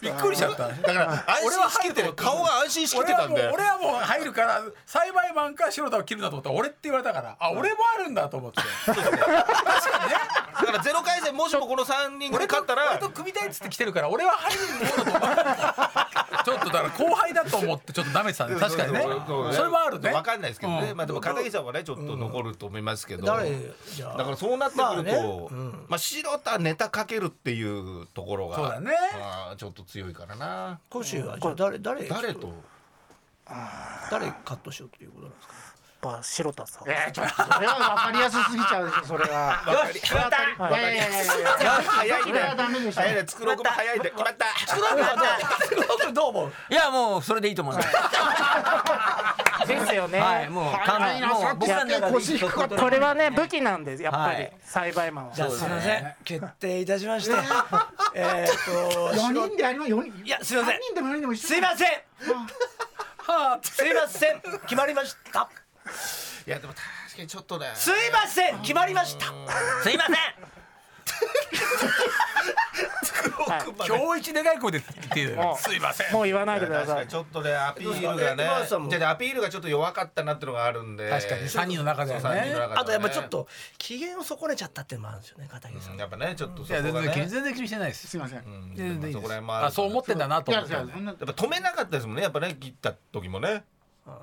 [SPEAKER 4] びっくりしちゃった
[SPEAKER 3] だから安
[SPEAKER 4] 俺
[SPEAKER 3] 心
[SPEAKER 4] は
[SPEAKER 3] しきってる顔が安心しきって
[SPEAKER 4] 俺
[SPEAKER 3] た
[SPEAKER 4] は
[SPEAKER 3] ん
[SPEAKER 4] もう
[SPEAKER 3] で
[SPEAKER 4] 俺はもう入るから栽培マンか白田を切るなと思ったら俺って言われたからあ俺もあるんだと思って
[SPEAKER 3] だからゼロ回戦もしもこの三人組勝った
[SPEAKER 4] 俺
[SPEAKER 3] ら
[SPEAKER 4] と組みたいっつって来てるから俺は入るものだと思 ったちょっとだから後輩だと思ってちょっとダメてたね確かにね
[SPEAKER 3] うう
[SPEAKER 4] それはあるね
[SPEAKER 3] わかんないですけどね、
[SPEAKER 4] うん
[SPEAKER 3] まあでも片桐さんはねちょっと残ると思いますけど、
[SPEAKER 2] 誰じゃあ
[SPEAKER 3] だからそうなってくる
[SPEAKER 2] まあね
[SPEAKER 3] と、まあ白田ネタかけるっていうところが
[SPEAKER 4] そうだね
[SPEAKER 3] まあちょっと強いからな
[SPEAKER 2] コシはじゃあ誰誰
[SPEAKER 3] 誰と
[SPEAKER 2] 誰カットしようということなんですか
[SPEAKER 6] やっぱ白田さん
[SPEAKER 7] えー、ちょっとそれは分かりやすすぎちゃうでしょそれは。
[SPEAKER 6] はい
[SPEAKER 7] いやいやいやいやいや
[SPEAKER 3] 早い
[SPEAKER 7] それはダメでしょ
[SPEAKER 3] 早いね作ろうも早いで決まった
[SPEAKER 2] 僕どう思う
[SPEAKER 5] いやもうそれでいいと思います。
[SPEAKER 6] ですよね、
[SPEAKER 5] はいもう完全もう僕らの中で一つ本当に
[SPEAKER 6] これはね武器なんですやっぱり、
[SPEAKER 5] はい
[SPEAKER 6] 栽培マンは
[SPEAKER 2] じゃあすいません決定いたしましてえーっと
[SPEAKER 7] 四人であります。四人。
[SPEAKER 2] いやすいません
[SPEAKER 7] 三人でも四人でも一緒。
[SPEAKER 2] すいませんすいません決まりました
[SPEAKER 3] いやでも確かにちょっとね
[SPEAKER 2] すいません決まりました
[SPEAKER 5] すいません。
[SPEAKER 4] 今日一でかい声で言ってるよすいません
[SPEAKER 6] もう言わないでくだ
[SPEAKER 3] 確
[SPEAKER 6] さ
[SPEAKER 3] か
[SPEAKER 6] い
[SPEAKER 3] にちょっとねアピールがね
[SPEAKER 2] えマーさんも
[SPEAKER 3] じゃあねアピールがちょっと弱かったなってのがあるんで
[SPEAKER 4] 確かに3人の中ではね
[SPEAKER 2] あとやっぱちょっ、と機嫌を損ねちゃったっていうのもあるんですよね片桐
[SPEAKER 3] そ
[SPEAKER 2] さ
[SPEAKER 3] の
[SPEAKER 2] ん
[SPEAKER 3] 三人の中ではねうんやっぱねちょっとそ
[SPEAKER 4] いや
[SPEAKER 3] こ
[SPEAKER 4] 全
[SPEAKER 3] がね
[SPEAKER 4] 然気に全然気にしてないです
[SPEAKER 7] すいません。
[SPEAKER 3] う
[SPEAKER 7] い
[SPEAKER 3] ん
[SPEAKER 4] 全然いい
[SPEAKER 3] そこら
[SPEAKER 4] です
[SPEAKER 3] 辺もある
[SPEAKER 4] あそう思ってんだなと思
[SPEAKER 7] や
[SPEAKER 4] っ
[SPEAKER 7] い
[SPEAKER 4] た
[SPEAKER 7] やそんな。
[SPEAKER 3] やっぱ止めなかったですもんねやっぱね切った時もね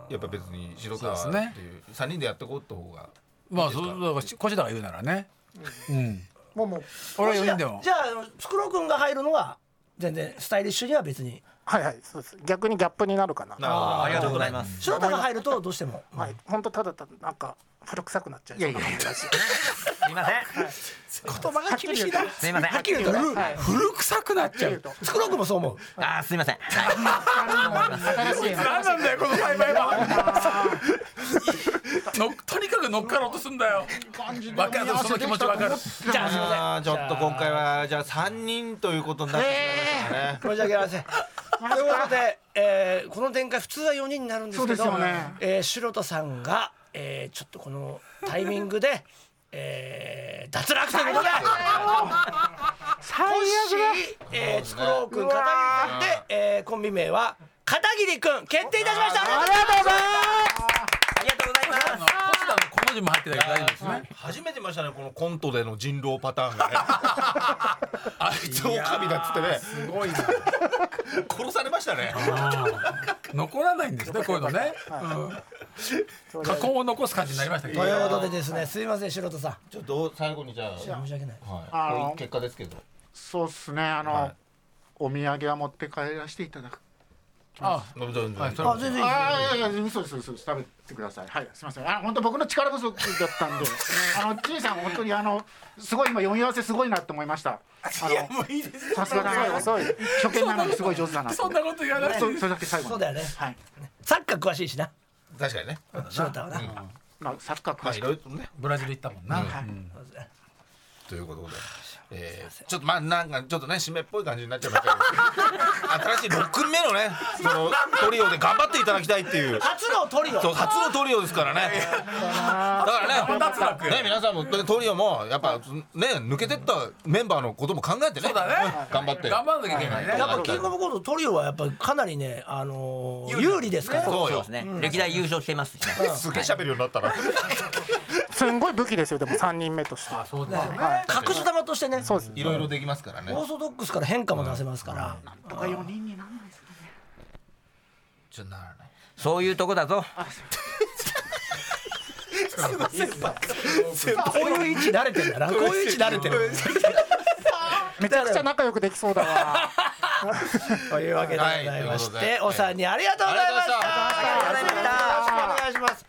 [SPEAKER 3] やっぱ別に白川って
[SPEAKER 4] そ
[SPEAKER 3] いうう
[SPEAKER 4] ですね
[SPEAKER 3] 3人でやってこうって方が
[SPEAKER 4] まあそうだから小志田が言うならねうん
[SPEAKER 6] もうもう
[SPEAKER 4] 俺は
[SPEAKER 2] じ
[SPEAKER 4] 4
[SPEAKER 2] ゃ
[SPEAKER 4] 人
[SPEAKER 2] あ
[SPEAKER 4] でも
[SPEAKER 2] じゃああのつくろくんが入るのは全然スタイリッシュには別に
[SPEAKER 6] はいはいそうです逆にギャップになるかな
[SPEAKER 3] なるほど
[SPEAKER 5] ありがとうございます。
[SPEAKER 2] 白田が入るとどうしても
[SPEAKER 6] はい本当ただただなんか古臭くなっちゃう
[SPEAKER 7] やいやいや。
[SPEAKER 5] すいません。
[SPEAKER 2] 言葉が厳しいな
[SPEAKER 5] すいません。
[SPEAKER 2] はっきり言うとね
[SPEAKER 6] はい
[SPEAKER 4] 古臭くなっちゃう
[SPEAKER 2] つくろくんもそう思う
[SPEAKER 5] あーすいません。
[SPEAKER 6] 新しいな
[SPEAKER 4] 何なんだよこの栽培は のとにかく乗っかろうとすんだよわかるその気持ちわかる
[SPEAKER 2] じゃあすいません
[SPEAKER 3] あーちょっと今回はじゃあ三人ということになってしまいました
[SPEAKER 2] 申
[SPEAKER 3] ね。
[SPEAKER 2] し訳ありません。ということで、えーこの展開普通は4人になるんですけど
[SPEAKER 7] そうですよね
[SPEAKER 2] えー白田さんが、えーちょっとこのタイミングで、えー脱落ということでコッシー、
[SPEAKER 6] 最悪だ
[SPEAKER 2] えー、つくろうくん片桐さんで、えーコンビ名は片桐くん決定いたしましたありがとうございます
[SPEAKER 5] ありがとうございます。
[SPEAKER 4] あの星田のこの字も入ってたけど大丈夫ですね
[SPEAKER 3] 初めて見ましたねこのコントでの人狼パターンがね。あいつ狼だっつってね
[SPEAKER 4] すごいな
[SPEAKER 3] 殺されましたね。
[SPEAKER 4] 残らないんですねこういうのね加工を残す感じになりましたけど
[SPEAKER 2] ということでですねすいません白田さん
[SPEAKER 3] ちょっと最後にじゃあ
[SPEAKER 2] 申し訳ない
[SPEAKER 3] は
[SPEAKER 7] あ
[SPEAKER 3] い
[SPEAKER 7] の
[SPEAKER 3] こういう結果ですけど。
[SPEAKER 7] そうっすね。あの、
[SPEAKER 3] はい
[SPEAKER 7] お土産は持って帰らせていただく。
[SPEAKER 4] あ
[SPEAKER 3] 全然
[SPEAKER 4] はいそれ
[SPEAKER 3] あ
[SPEAKER 4] は
[SPEAKER 2] あ全然いい
[SPEAKER 7] あいやいや嘘です嘘です食べてくださいはいすみませんあ本当僕の力不足だったんであのちいさん本当にあのすごい今読み合わせすごいなと思いましたあ
[SPEAKER 4] いや
[SPEAKER 7] の
[SPEAKER 4] もういいです
[SPEAKER 7] さすがだな
[SPEAKER 6] 遅い遅い
[SPEAKER 7] 初見なのにすごい上手だな
[SPEAKER 4] そんなこと言わなくて
[SPEAKER 7] そそれだけ最後に
[SPEAKER 2] そうだよね
[SPEAKER 7] はい
[SPEAKER 2] サッカー詳しいしな
[SPEAKER 3] 確かにね
[SPEAKER 2] 翔太はな、
[SPEAKER 7] まあサッカー
[SPEAKER 3] まあ
[SPEAKER 7] 詳し
[SPEAKER 3] い
[SPEAKER 7] く
[SPEAKER 3] ろいろとね
[SPEAKER 4] ブラジル行ったもんな、
[SPEAKER 3] ということで、えー、ちょっとまあなんかちょっと ね締めっぽい感じになっちゃいましたけど新しい6組目のねそのトリオで頑張っていただきたいっていう
[SPEAKER 2] 初のトリオ
[SPEAKER 3] そう初のトリオですからねだからねね皆さんもトリオもやっぱね抜けてったメンバーのことも考えてね頑張って
[SPEAKER 4] 頑張んなきゃいけないね
[SPEAKER 2] やっぱキングオブコントトリオはやっぱかなりねあのー有利ですから
[SPEAKER 3] そう
[SPEAKER 5] そう
[SPEAKER 3] よ
[SPEAKER 5] ですね、歴代優勝してますしね、
[SPEAKER 3] すげえ喋るようになったな
[SPEAKER 6] すんごい武器ですよでも3人目として
[SPEAKER 4] そうだよね
[SPEAKER 2] 隠し玉としてね
[SPEAKER 6] そうです
[SPEAKER 3] いろいろできますからね
[SPEAKER 2] オーソドックスから変化も出せますから、
[SPEAKER 7] とか4人になんないですか
[SPEAKER 3] ちょっとならない
[SPEAKER 5] そういうとこだぞ
[SPEAKER 2] こういう位置慣れてんだなこういう位置慣れてる
[SPEAKER 6] めちゃくちゃ仲良くできそうだわ
[SPEAKER 2] というわけでございまし
[SPEAKER 3] はいという
[SPEAKER 2] て、
[SPEAKER 3] ことで
[SPEAKER 2] お三人ありがとうございました
[SPEAKER 5] ありがとうございま
[SPEAKER 2] よろしくお願いします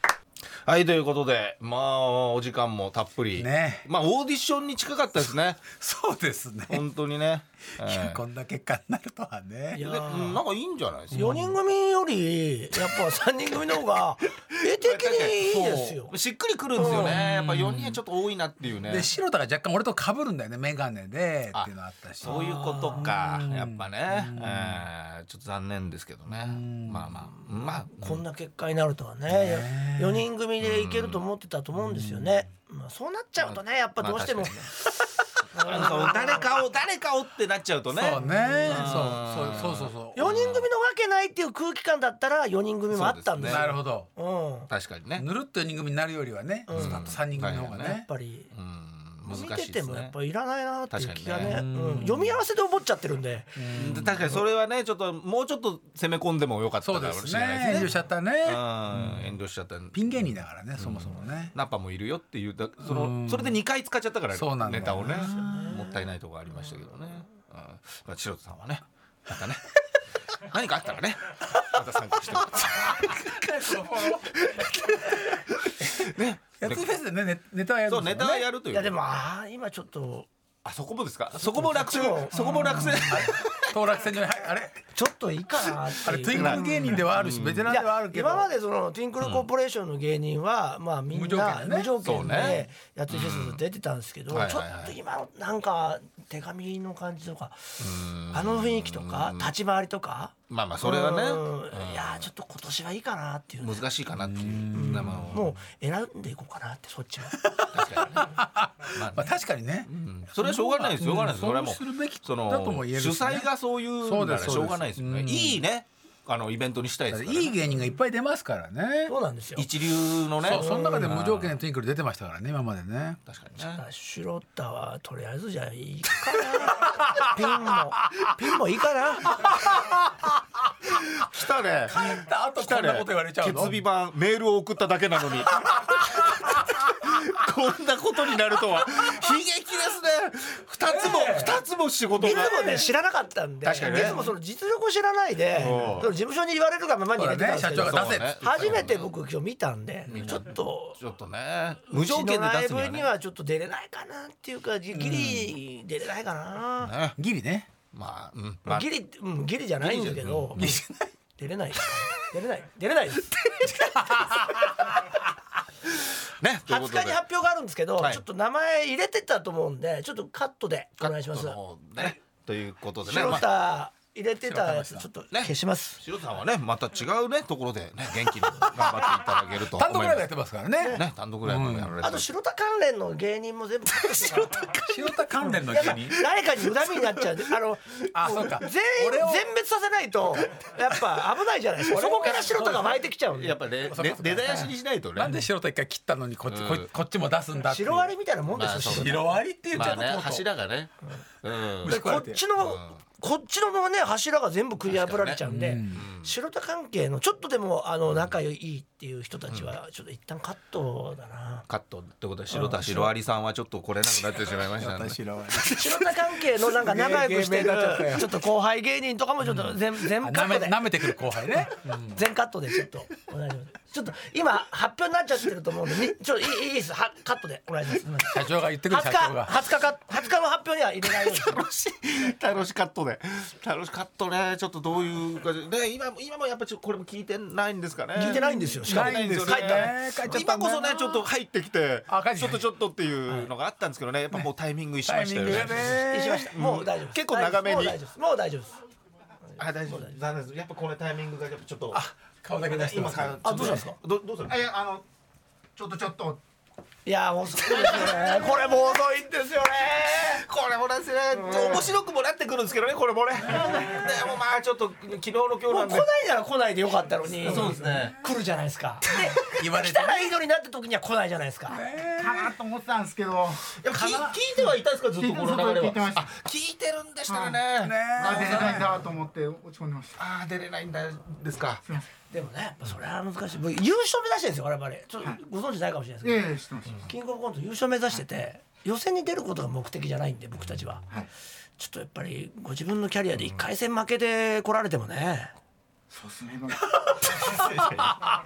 [SPEAKER 3] はいということでまあお時間もたっぷり
[SPEAKER 4] ね
[SPEAKER 3] まあオーディションに近かったですね
[SPEAKER 4] そうですね
[SPEAKER 3] 本当にね、え
[SPEAKER 4] い
[SPEAKER 3] ー
[SPEAKER 4] やこんな結果になるとはね
[SPEAKER 3] でうんなんかいいんじゃないですか
[SPEAKER 2] 4人組よりやっぱ3人組の方が絵的にいいですよ
[SPEAKER 3] しっくりくるんですよねやっぱ4人はちょっと多いなっていうね
[SPEAKER 4] で白田が若干俺と被るんだよね眼鏡で
[SPEAKER 3] あ
[SPEAKER 4] っていうのあったし
[SPEAKER 3] そういうことかやっぱね、えーちょっと残念ですけどねまあまあまあ
[SPEAKER 2] こんな結果になるとはね4人組でいけると思ってたと思うんですよねまあそうなっちゃうとねやっぱどうしても
[SPEAKER 3] ま あ確かにねなんか誰かを誰かをってなっちゃうとね
[SPEAKER 4] そうねそうそうそうそうそ
[SPEAKER 2] 4人組のわけないっていう空気感だったら4人組もあったんで
[SPEAKER 4] う
[SPEAKER 2] す
[SPEAKER 3] そうですね
[SPEAKER 4] な
[SPEAKER 2] よ
[SPEAKER 4] るほど
[SPEAKER 2] うんや
[SPEAKER 3] 確かにね
[SPEAKER 4] ぬるっと4人組になるよりはねスパッと3人組の方が
[SPEAKER 3] はい
[SPEAKER 4] ね
[SPEAKER 2] っぱり
[SPEAKER 3] うん難しい
[SPEAKER 2] 見
[SPEAKER 3] です
[SPEAKER 2] て
[SPEAKER 3] ね
[SPEAKER 2] てもやっぱいらないなっていう気が
[SPEAKER 3] 確
[SPEAKER 2] ね
[SPEAKER 3] か
[SPEAKER 2] うん読み合わせで思っちゃってるんで
[SPEAKER 3] うん確かにそれはねちょっともうちょっと攻め込んでもよかった
[SPEAKER 4] そう
[SPEAKER 3] か
[SPEAKER 4] で
[SPEAKER 3] もし
[SPEAKER 4] す
[SPEAKER 3] れ
[SPEAKER 4] ね
[SPEAKER 3] ない
[SPEAKER 4] 遠
[SPEAKER 3] ですね
[SPEAKER 4] 慮しちゃったね
[SPEAKER 3] うん遠慮しちゃった
[SPEAKER 4] ピン芸人だからねそもそもね
[SPEAKER 3] ナパもいるよっていうだそのそれで2回使っちゃったから
[SPEAKER 4] そうなんだ
[SPEAKER 3] ネ
[SPEAKER 4] よ
[SPEAKER 3] タをね
[SPEAKER 4] な
[SPEAKER 3] もったいないとこありましたけどねうんまあ白田さんはねま たね何かあったらねまた参加してもらって
[SPEAKER 4] やつフェスでねネネタはやる
[SPEAKER 3] そ
[SPEAKER 4] ん
[SPEAKER 3] う
[SPEAKER 4] です
[SPEAKER 3] ネ
[SPEAKER 4] よ
[SPEAKER 3] タはやるとい
[SPEAKER 2] いうやでもああ今ちょっと
[SPEAKER 3] あそこもですかそこも落選そこも落選
[SPEAKER 4] 当落選じゃないあれ
[SPEAKER 2] ちょっといいかなって
[SPEAKER 4] あれ
[SPEAKER 2] いう
[SPEAKER 4] トゥインクル芸人ではあるしベテラン
[SPEAKER 2] い
[SPEAKER 4] ではあ
[SPEAKER 2] や
[SPEAKER 4] るけど
[SPEAKER 2] 今までそのティンクルコーポレーションの芸人は、まあみんな
[SPEAKER 4] 無条件でね
[SPEAKER 2] 無条
[SPEAKER 3] そ
[SPEAKER 2] 件
[SPEAKER 3] う
[SPEAKER 2] で
[SPEAKER 3] ね
[SPEAKER 2] やついフェス出てたんですけど、
[SPEAKER 3] うんはい
[SPEAKER 2] ちょ
[SPEAKER 3] はいはい
[SPEAKER 2] っと今のなんか手紙の感じとか、あの雰囲気とか立ち回りとか、
[SPEAKER 3] まあまあそれは
[SPEAKER 2] うん
[SPEAKER 3] ね
[SPEAKER 2] いやーちょっと今年はいいかなっていうね、
[SPEAKER 3] 難しいかなっていうまあまあ
[SPEAKER 2] もう選んでいこうかなってそっちは。
[SPEAKER 3] 確かにね
[SPEAKER 4] まあ確かにね
[SPEAKER 3] うんそれはしょうがないですしょうがないですそれはもう
[SPEAKER 4] そうするべき
[SPEAKER 3] そ
[SPEAKER 4] だ
[SPEAKER 3] の
[SPEAKER 4] とも言えるし
[SPEAKER 3] 主
[SPEAKER 4] ね
[SPEAKER 3] 催がそういう
[SPEAKER 4] そう
[SPEAKER 3] な
[SPEAKER 4] で
[SPEAKER 3] ら
[SPEAKER 4] す
[SPEAKER 3] しょうがないですよね
[SPEAKER 4] そうです
[SPEAKER 3] いいねあのイベントにしたいですからね
[SPEAKER 4] いい芸人がいっぱい出ますからね
[SPEAKER 2] そうなんです よ。
[SPEAKER 3] 一流のね
[SPEAKER 4] そうその中で無条件でトゥインクル出てましたからね今までね
[SPEAKER 3] 確かにね
[SPEAKER 2] シュロッタはとりあえずじゃあいいかな。ピンもピンもいいかな。
[SPEAKER 3] 来たね
[SPEAKER 4] あとこんなこと言われちゃうの
[SPEAKER 3] 決備版メールを送っただけなのに こんなことになるとは悲劇ですね二つも二つも仕事
[SPEAKER 2] い
[SPEAKER 3] が
[SPEAKER 2] つもね知らなかったんで、
[SPEAKER 3] 確かにね
[SPEAKER 2] いつもその実力を知らないで、
[SPEAKER 3] うん
[SPEAKER 2] その事務所に言われるがままに
[SPEAKER 4] そう
[SPEAKER 2] やって
[SPEAKER 4] だ
[SPEAKER 2] たん
[SPEAKER 4] ね
[SPEAKER 2] ですけ
[SPEAKER 4] 社長
[SPEAKER 2] ど、
[SPEAKER 4] が出せっつって
[SPEAKER 2] 初めて僕今日見たんで、ちょっと。
[SPEAKER 3] ちょっとね無条件で
[SPEAKER 2] う
[SPEAKER 3] 出すには
[SPEAKER 2] ちのライブ
[SPEAKER 3] ね
[SPEAKER 2] にはちょっと出れないかなっていうかギリ出れないかな、
[SPEAKER 3] ね
[SPEAKER 4] ギリね
[SPEAKER 3] まあうんまあ
[SPEAKER 2] ギリ、うん、ギリじゃないんだけど、
[SPEAKER 4] ギリじゃない
[SPEAKER 2] 出れない出れない出れないです
[SPEAKER 3] ねというこ
[SPEAKER 2] 20
[SPEAKER 3] とで
[SPEAKER 2] 日に発表があるんですけど、
[SPEAKER 3] はい
[SPEAKER 2] ちょっと名前入れてたと思うんでちょっとカットでお願いします
[SPEAKER 3] カットの方でねということでね
[SPEAKER 2] 白
[SPEAKER 3] まあ
[SPEAKER 2] 田入れてたやつちょっと消します、
[SPEAKER 3] 白田さんはねまた違うねところでね元気に頑張っていただけると思い
[SPEAKER 4] 単
[SPEAKER 3] ます
[SPEAKER 4] 独ライブやってますからね
[SPEAKER 3] ね単独ライブもやられて
[SPEAKER 2] あと白田関連の芸人も全部白田
[SPEAKER 4] 塩田関連の芸
[SPEAKER 2] やっぱ
[SPEAKER 4] 人
[SPEAKER 2] 誰かに恨みになっちゃうんであの
[SPEAKER 4] あそうか
[SPEAKER 2] 全員
[SPEAKER 4] 俺を
[SPEAKER 2] 全滅させないとやっぱ危ないじゃないですかそこから白田が湧いてきちゃうんで
[SPEAKER 3] やっぱねね出だやしにしないとね
[SPEAKER 4] なんで白田一回切ったのにこっちこいこっちも出すんだっていう
[SPEAKER 2] 白割りみたいなもんですよ、
[SPEAKER 3] まあそう
[SPEAKER 2] 白
[SPEAKER 4] 白割りって言っ
[SPEAKER 3] ま
[SPEAKER 4] ち
[SPEAKER 3] あ
[SPEAKER 4] ゃうとと
[SPEAKER 3] ね
[SPEAKER 4] うとう
[SPEAKER 3] 柱がねうん
[SPEAKER 2] でこっちの、こっちのね柱が全部食い破られちゃうんで、白田関係のちょっとでもあの仲良いっていう人たちはちょっと一旦カットだな、
[SPEAKER 3] カットってことは白田白有さんはちょっと来れなくなってしまいましたね
[SPEAKER 4] 私らは
[SPEAKER 2] 白田関係のなんか仲良く してる
[SPEAKER 4] すげえ芸名になっちゃったよ
[SPEAKER 2] ちょっと後輩芸人とかもちょっと全全カッ
[SPEAKER 4] なめ
[SPEAKER 2] トで
[SPEAKER 4] 舐めてくる後輩 ね
[SPEAKER 2] 全カットでちょっとお願いしますちょっと今発表になっちゃってると思うんでみちょっといいいいですはカットでお願いします
[SPEAKER 4] 社長が言ってく
[SPEAKER 2] 20
[SPEAKER 4] る社長
[SPEAKER 2] 日
[SPEAKER 4] が
[SPEAKER 2] 20日か20日の発表には入れないように
[SPEAKER 3] 楽しい楽しかったね楽しかったねちょっとどういう感じで今も今もやっぱちょっとこれも聞いてないんですかね
[SPEAKER 2] 聞いてないんですよしかも
[SPEAKER 3] ないんですよ
[SPEAKER 2] 帰ったね
[SPEAKER 4] ね帰っちゃった
[SPEAKER 3] 今
[SPEAKER 4] んだ
[SPEAKER 3] こ
[SPEAKER 4] よ
[SPEAKER 3] そ
[SPEAKER 4] な
[SPEAKER 3] ねちょっと入ってきて
[SPEAKER 4] あ帰って
[SPEAKER 3] ちょ
[SPEAKER 4] きて
[SPEAKER 3] っとちょっとっていうのがあったんですけどねやっぱもうタイミングし
[SPEAKER 4] タ
[SPEAKER 3] ま
[SPEAKER 4] イ
[SPEAKER 3] し
[SPEAKER 4] ミ
[SPEAKER 3] た
[SPEAKER 4] ン
[SPEAKER 3] よ
[SPEAKER 4] グ
[SPEAKER 3] ね
[SPEAKER 4] がね
[SPEAKER 2] しましたもう大丈夫です
[SPEAKER 3] 結構長めに
[SPEAKER 2] もう大丈夫ですもう大丈夫です
[SPEAKER 3] あ大丈夫残念ですやっぱこれタイミングがやっぱちょっと
[SPEAKER 4] 顔だけ出してます
[SPEAKER 3] 今
[SPEAKER 2] あどうしたんですか
[SPEAKER 3] どどうする
[SPEAKER 7] いやあのちょっとちょっと
[SPEAKER 2] いやー遅いですねこれも遅いんですよね
[SPEAKER 3] これもですね、面白くもなってくるんですけどね、これもね。でもまあちょっと昨日の今日
[SPEAKER 2] も
[SPEAKER 3] な
[SPEAKER 2] うん来
[SPEAKER 3] で
[SPEAKER 2] ない。なら来ないでよかったのに
[SPEAKER 5] そうですね
[SPEAKER 2] 来るじゃないです か
[SPEAKER 4] 言われ
[SPEAKER 2] 来
[SPEAKER 4] て
[SPEAKER 2] たらいいのになった時には来ないじゃないですか
[SPEAKER 7] かなと思ってたんですけど
[SPEAKER 3] いや聞聞いてはいたんですかずっ
[SPEAKER 7] 聞
[SPEAKER 3] と
[SPEAKER 7] いて
[SPEAKER 3] こ
[SPEAKER 7] る
[SPEAKER 3] の流れ
[SPEAKER 7] 聞
[SPEAKER 3] はい
[SPEAKER 7] てました
[SPEAKER 3] あ聞いてるんでしたらね、
[SPEAKER 7] あ出れないんだと思って落ち込んでました
[SPEAKER 3] ああ出れないんだですか
[SPEAKER 2] でもねやっぱそれは難しい僕優勝目指してるんですよ我々ちょっとご存知ないかもしれないですけど
[SPEAKER 7] ええ知ってます
[SPEAKER 2] キングオブコント優勝目指してて予選に出ることが目的じゃないんで僕たちは、ちょっとやっぱりご自分のキャリアで1回戦負けで来られてもね、
[SPEAKER 7] そうですね 今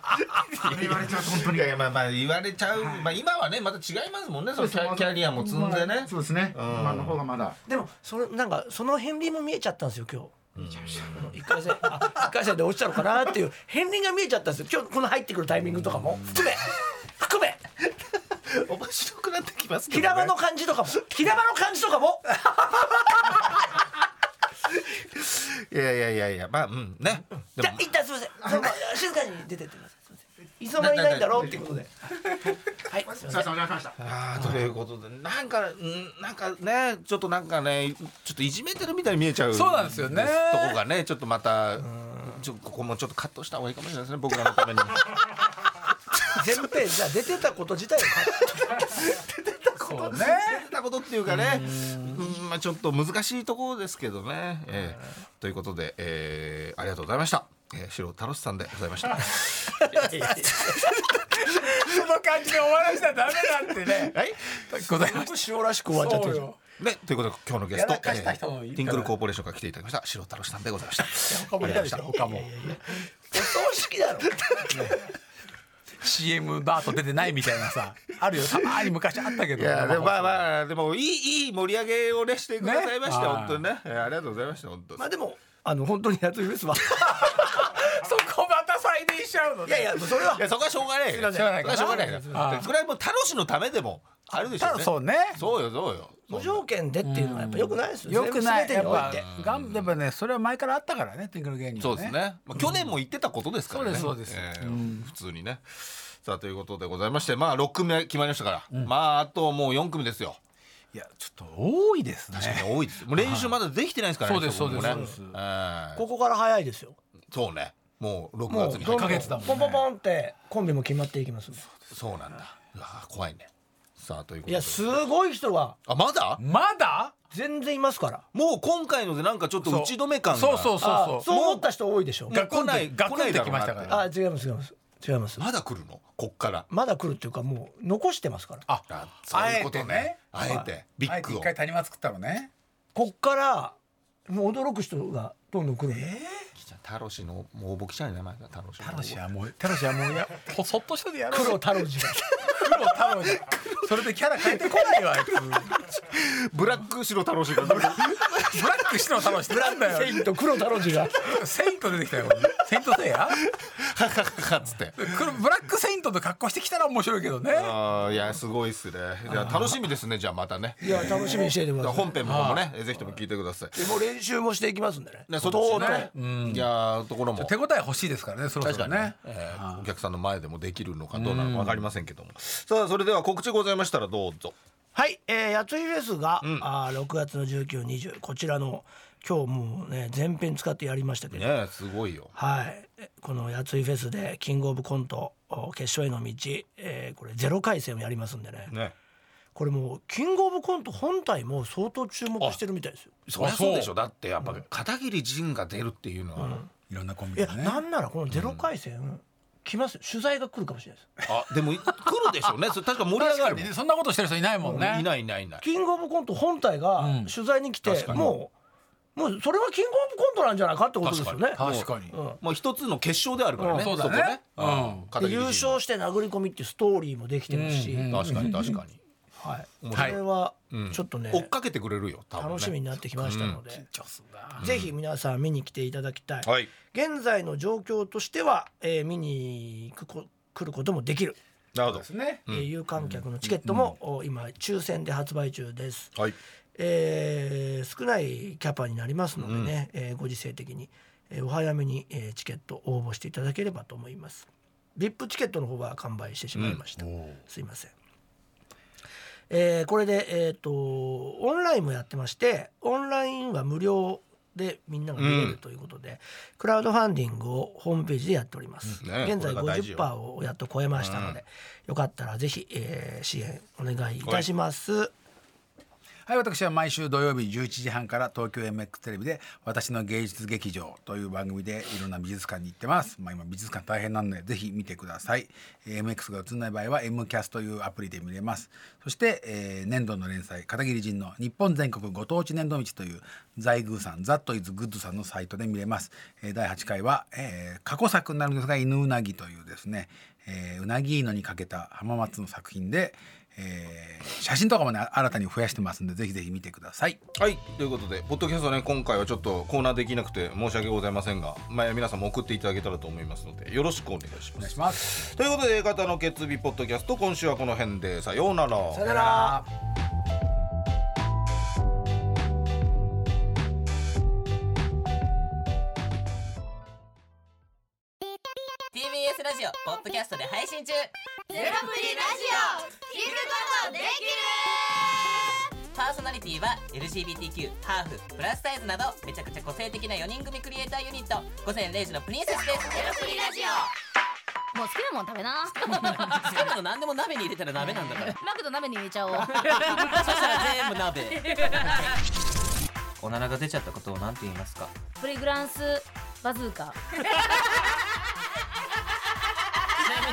[SPEAKER 7] 言われちゃうと本当
[SPEAKER 3] い
[SPEAKER 7] に
[SPEAKER 3] やいやまあまあ言われちゃう、まあ今はねまた違いますもんねそのキャキャリアも積んでね
[SPEAKER 7] そうですね
[SPEAKER 3] ん
[SPEAKER 7] 今の方がまだ
[SPEAKER 2] でもそれなんかその片鱗も見えちゃったんですよ今日。1回戦あ一回戦で落ちたのかなっていう片鱗が見えちゃったんですよ今日この入ってくるタイミングとかも含め含 め
[SPEAKER 3] 面白くなってきますけど、ね、
[SPEAKER 2] 平場の感じとかも平場の感じとかも
[SPEAKER 3] いやいやいやいやまあうんね
[SPEAKER 2] じゃあ一旦すいませんその静かに出てってくださいすいませんいつの間にいないんだろうってことではいすいません
[SPEAKER 7] お願いしました
[SPEAKER 3] あーということでなんかうんなんかねちょっとなんかねちょっといじめてるみたいに見えちゃう
[SPEAKER 4] そうなんですよね
[SPEAKER 3] とこがねちょっとまたちょここもちょっとカットした方がいいかもしれないですね僕らのため に
[SPEAKER 2] 前編じゃあ出てたこと自体が
[SPEAKER 4] そうね
[SPEAKER 3] なことっていうかねうんまあちょっと難しいところですけどね、ええということで、えーありがとうございました、えー、白楽しさんでございました
[SPEAKER 4] その感じで終わらせたらダメだって ね
[SPEAKER 3] はい
[SPEAKER 4] ございまし
[SPEAKER 2] 塩らしく終わっちゃって
[SPEAKER 4] た
[SPEAKER 2] る
[SPEAKER 3] ね、ということで今日のゲスト、
[SPEAKER 4] やらかした人もいるから
[SPEAKER 3] ティンクルコーポレーションから来ていただきました白楽しさんでございました
[SPEAKER 4] 他もいたでしょ他も
[SPEAKER 2] お葬式だろ
[SPEAKER 4] CM バート出てないみたいなさあるよたまに昔あったけど
[SPEAKER 3] いやでもまあ
[SPEAKER 4] あ
[SPEAKER 3] まあでもいいいい盛り上げをねしてくださいました、
[SPEAKER 4] ね
[SPEAKER 3] 本当にねえーありがとうございました本当に
[SPEAKER 2] まあでもあの本当にやっとですわ
[SPEAKER 4] そこまた再燃しちゃうの
[SPEAKER 2] いやいやそれはい
[SPEAKER 3] やそこはしょうがないよ
[SPEAKER 4] ません
[SPEAKER 3] そこはしょうがないよそれ
[SPEAKER 4] あー
[SPEAKER 3] はもう楽しのためでもあるでしょ
[SPEAKER 4] た
[SPEAKER 3] う
[SPEAKER 4] だ
[SPEAKER 3] ね
[SPEAKER 4] そうね
[SPEAKER 3] そうよそうよ
[SPEAKER 2] 無条件でっていうのはやっぱ良くないですよ
[SPEAKER 4] よくない
[SPEAKER 2] 全部
[SPEAKER 4] や
[SPEAKER 2] 全に
[SPEAKER 4] って
[SPEAKER 2] おい
[SPEAKER 4] ぱ
[SPEAKER 2] て
[SPEAKER 4] がんやっぱねそれは前からあったからねティンクル芸人
[SPEAKER 3] そ
[SPEAKER 4] はね
[SPEAKER 3] うですね、まあ、去年も言ってたことですからね、
[SPEAKER 4] そうですそうです
[SPEAKER 3] えー普通にねさあということでございましてまあ6組決まりましたから、まああともう4組ですよ
[SPEAKER 4] いやちょっと多いですね
[SPEAKER 3] 確かに多いですよもう練習まだできてないですからね、
[SPEAKER 4] はいそうです
[SPEAKER 3] ここもね
[SPEAKER 4] そうですそうです
[SPEAKER 3] えー
[SPEAKER 2] ここから早いですよ
[SPEAKER 3] そうねもう6
[SPEAKER 2] もう
[SPEAKER 3] 月に
[SPEAKER 2] どんどん
[SPEAKER 4] ヶ月だもんね
[SPEAKER 2] ポンポンポンってコンビも決まっていきます
[SPEAKER 3] そうなんだうわー怖いねさあというこ
[SPEAKER 2] い
[SPEAKER 3] とで
[SPEAKER 2] やすごい人が
[SPEAKER 3] あまだ
[SPEAKER 4] まだ
[SPEAKER 2] 全然いますから
[SPEAKER 3] もう今回のでなんかちょっと打ち止め感が
[SPEAKER 4] そうそうそう
[SPEAKER 2] あ
[SPEAKER 4] そう
[SPEAKER 2] そう思った人多いでしょ
[SPEAKER 3] もう
[SPEAKER 4] ガクン
[SPEAKER 3] 来
[SPEAKER 4] と
[SPEAKER 3] ない
[SPEAKER 4] ガクンと
[SPEAKER 3] 来ないだろうな
[SPEAKER 4] 来ましたか
[SPEAKER 3] っ
[SPEAKER 4] ら
[SPEAKER 3] て
[SPEAKER 2] あ違います違います違います
[SPEAKER 3] まだ来るのこっから
[SPEAKER 2] まだ来るっていうかもう残してますから
[SPEAKER 4] あ
[SPEAKER 3] あそういうことねあえてビッ
[SPEAKER 4] あえて
[SPEAKER 3] グを
[SPEAKER 4] 一回谷間作ったのね
[SPEAKER 2] こっからもう驚く人がどんどん来る
[SPEAKER 3] タロシのもう僕じゃない名前がタロシ
[SPEAKER 4] タロシはもうタロシはもうやほそっとしてでやろう
[SPEAKER 2] 黒太郎次 が
[SPEAKER 4] 黒タロシそれでキャラ変えてこないよあいつ
[SPEAKER 3] ブラック白タロシがブラッ
[SPEAKER 4] ブラック白タロシってなんだ
[SPEAKER 2] セ
[SPEAKER 4] よ
[SPEAKER 2] イント黒太郎次が
[SPEAKER 4] セイント出てきたよセイントセイヤ
[SPEAKER 3] クっつって
[SPEAKER 4] 黒ブラックセイントと格好してきたら面白いけどね
[SPEAKER 3] あーいやすごいっすねいや楽しみですねじゃあまたね
[SPEAKER 2] いや楽しみにしていてくださ
[SPEAKER 3] 本編の方もねぜひとも聞いてください
[SPEAKER 2] いもう練習もしていきますんでね
[SPEAKER 3] ねそっちね
[SPEAKER 4] ね
[SPEAKER 3] いやーところも
[SPEAKER 4] 手応え欲しいですからねそろ
[SPEAKER 3] 確か
[SPEAKER 4] そろ
[SPEAKER 3] にね
[SPEAKER 4] ね、
[SPEAKER 3] えーお客さんの前でもできるのかどうなのか分かりませんけどもさあそれでは告知ございましたらどうぞ
[SPEAKER 2] はい、えー、やついフェスが、あー6月の1920こちらの今日もうね全編使ってやりましたけど、
[SPEAKER 3] ねすごいよ
[SPEAKER 2] はいえこのやついフェスでキングオブコントお決勝への道、えーこれゼロ回戦をやりますんでね
[SPEAKER 3] ね
[SPEAKER 2] これもうキングオブコント本体も相当注目してるみたいですよ
[SPEAKER 3] そりゃそうでしょだってやっぱ片桐仁が出るっていうのは、
[SPEAKER 4] いろんなコン
[SPEAKER 2] い
[SPEAKER 4] ビ
[SPEAKER 2] や
[SPEAKER 4] がね
[SPEAKER 2] なんならこのゼロ回戦来ますよ取材が来るかもしれないです
[SPEAKER 3] あでも来るでしょうねそれ確か盛り上
[SPEAKER 4] 確
[SPEAKER 3] が
[SPEAKER 4] か
[SPEAKER 3] る
[SPEAKER 4] にねそんなことしてる人いないもんね
[SPEAKER 3] いないいないいない
[SPEAKER 2] キングオブコント本体が
[SPEAKER 4] うん
[SPEAKER 2] 取材に来て
[SPEAKER 3] 確かに
[SPEAKER 2] もうもうそれはキングオブコントなんじゃないかってことですよね
[SPEAKER 4] 確かに
[SPEAKER 2] うん
[SPEAKER 3] もう一つの決勝であるからね、
[SPEAKER 4] うんそうだね
[SPEAKER 3] そこね、
[SPEAKER 4] うん
[SPEAKER 3] 片
[SPEAKER 2] で
[SPEAKER 3] 桐
[SPEAKER 2] 優
[SPEAKER 3] 仁
[SPEAKER 2] 勝して殴り込みっていうストーリーもできてるし、
[SPEAKER 4] うんうん
[SPEAKER 3] 確かに確かに、
[SPEAKER 2] はい、
[SPEAKER 3] 面
[SPEAKER 2] こ
[SPEAKER 3] 白い
[SPEAKER 2] れは
[SPEAKER 3] うん
[SPEAKER 2] ちょっとね、
[SPEAKER 3] 追っかけてくれるよ多分、ね、
[SPEAKER 2] 楽しみになってきましたので、ぜひ皆さん見に来ていただきたい、
[SPEAKER 3] はい
[SPEAKER 2] 現在の状況としては、えー見に行くこ来ることもできる、
[SPEAKER 3] なるほ
[SPEAKER 4] ですね
[SPEAKER 2] えー有観客のチケットも、お今抽選で発売中です、
[SPEAKER 3] どはい
[SPEAKER 2] えー少ないキャパになりますのでね、えーご時世的に、えーお早めに、えーチケット応募していただければと思います。VIP チケットの方は完売してしまいました、すいません。えーこれで、えー、とオンラインもやってましてオンラインは無料でみんなが見れ
[SPEAKER 3] うん
[SPEAKER 2] るということで、クラウドファンディングをホームページでやっております、
[SPEAKER 3] ね
[SPEAKER 2] 現在
[SPEAKER 3] これが大事よ
[SPEAKER 2] 50%をやっと超えましたので、よかったらぜひ、えー支援お願いいたします。
[SPEAKER 4] はい私は毎週土曜日11時半から東京 MX テレビで「私の芸術劇場」という番組でいろんな美術館に行ってます、まあ、今美術館大変なのでぜひ見てくださいえー MX が映んない場合は m キャスというアプリで見れますそして、えー年度の連載片桐仁の「日本全国ご当地年度道」という財宮さんザットイズグッドさんのサイトで見れます、えー第8回は、えー過去作になるんですが「犬うなぎ」というですね、えーうなぎ犬にかけた浜松の作品でえー写真とかもね新たに増やしてますんでぜひぜひ見てください
[SPEAKER 3] はいということでポッドキャストね今回はちょっとコーナーできなくて申し訳ございませんが、まあ、皆さんも送っていただけたらと思いますのでよろしくお願いしま
[SPEAKER 4] お願い
[SPEAKER 3] す
[SPEAKER 4] します
[SPEAKER 3] ということで A 型の決意ポッドキャスト今週はこの辺でさようなら
[SPEAKER 2] さよなら
[SPEAKER 9] ラジオポッドキャストで配信中ゼロプリラジオ聞くことできるパーソナリティは LGBTQ ハーフプラスサイズなどめちゃくちゃ個性的な4人組クリエイターユニット午前0時のプリンセスですゼロプリラジオ
[SPEAKER 10] もう好きなもん食べな
[SPEAKER 9] 好きなの何でも鍋に入れたら鍋なんだから
[SPEAKER 10] マクド鍋に入れちゃおう
[SPEAKER 9] そしたら全部鍋おならが出ちゃったことを何て言いますか
[SPEAKER 10] プリグランスバズーカ
[SPEAKER 9] ちな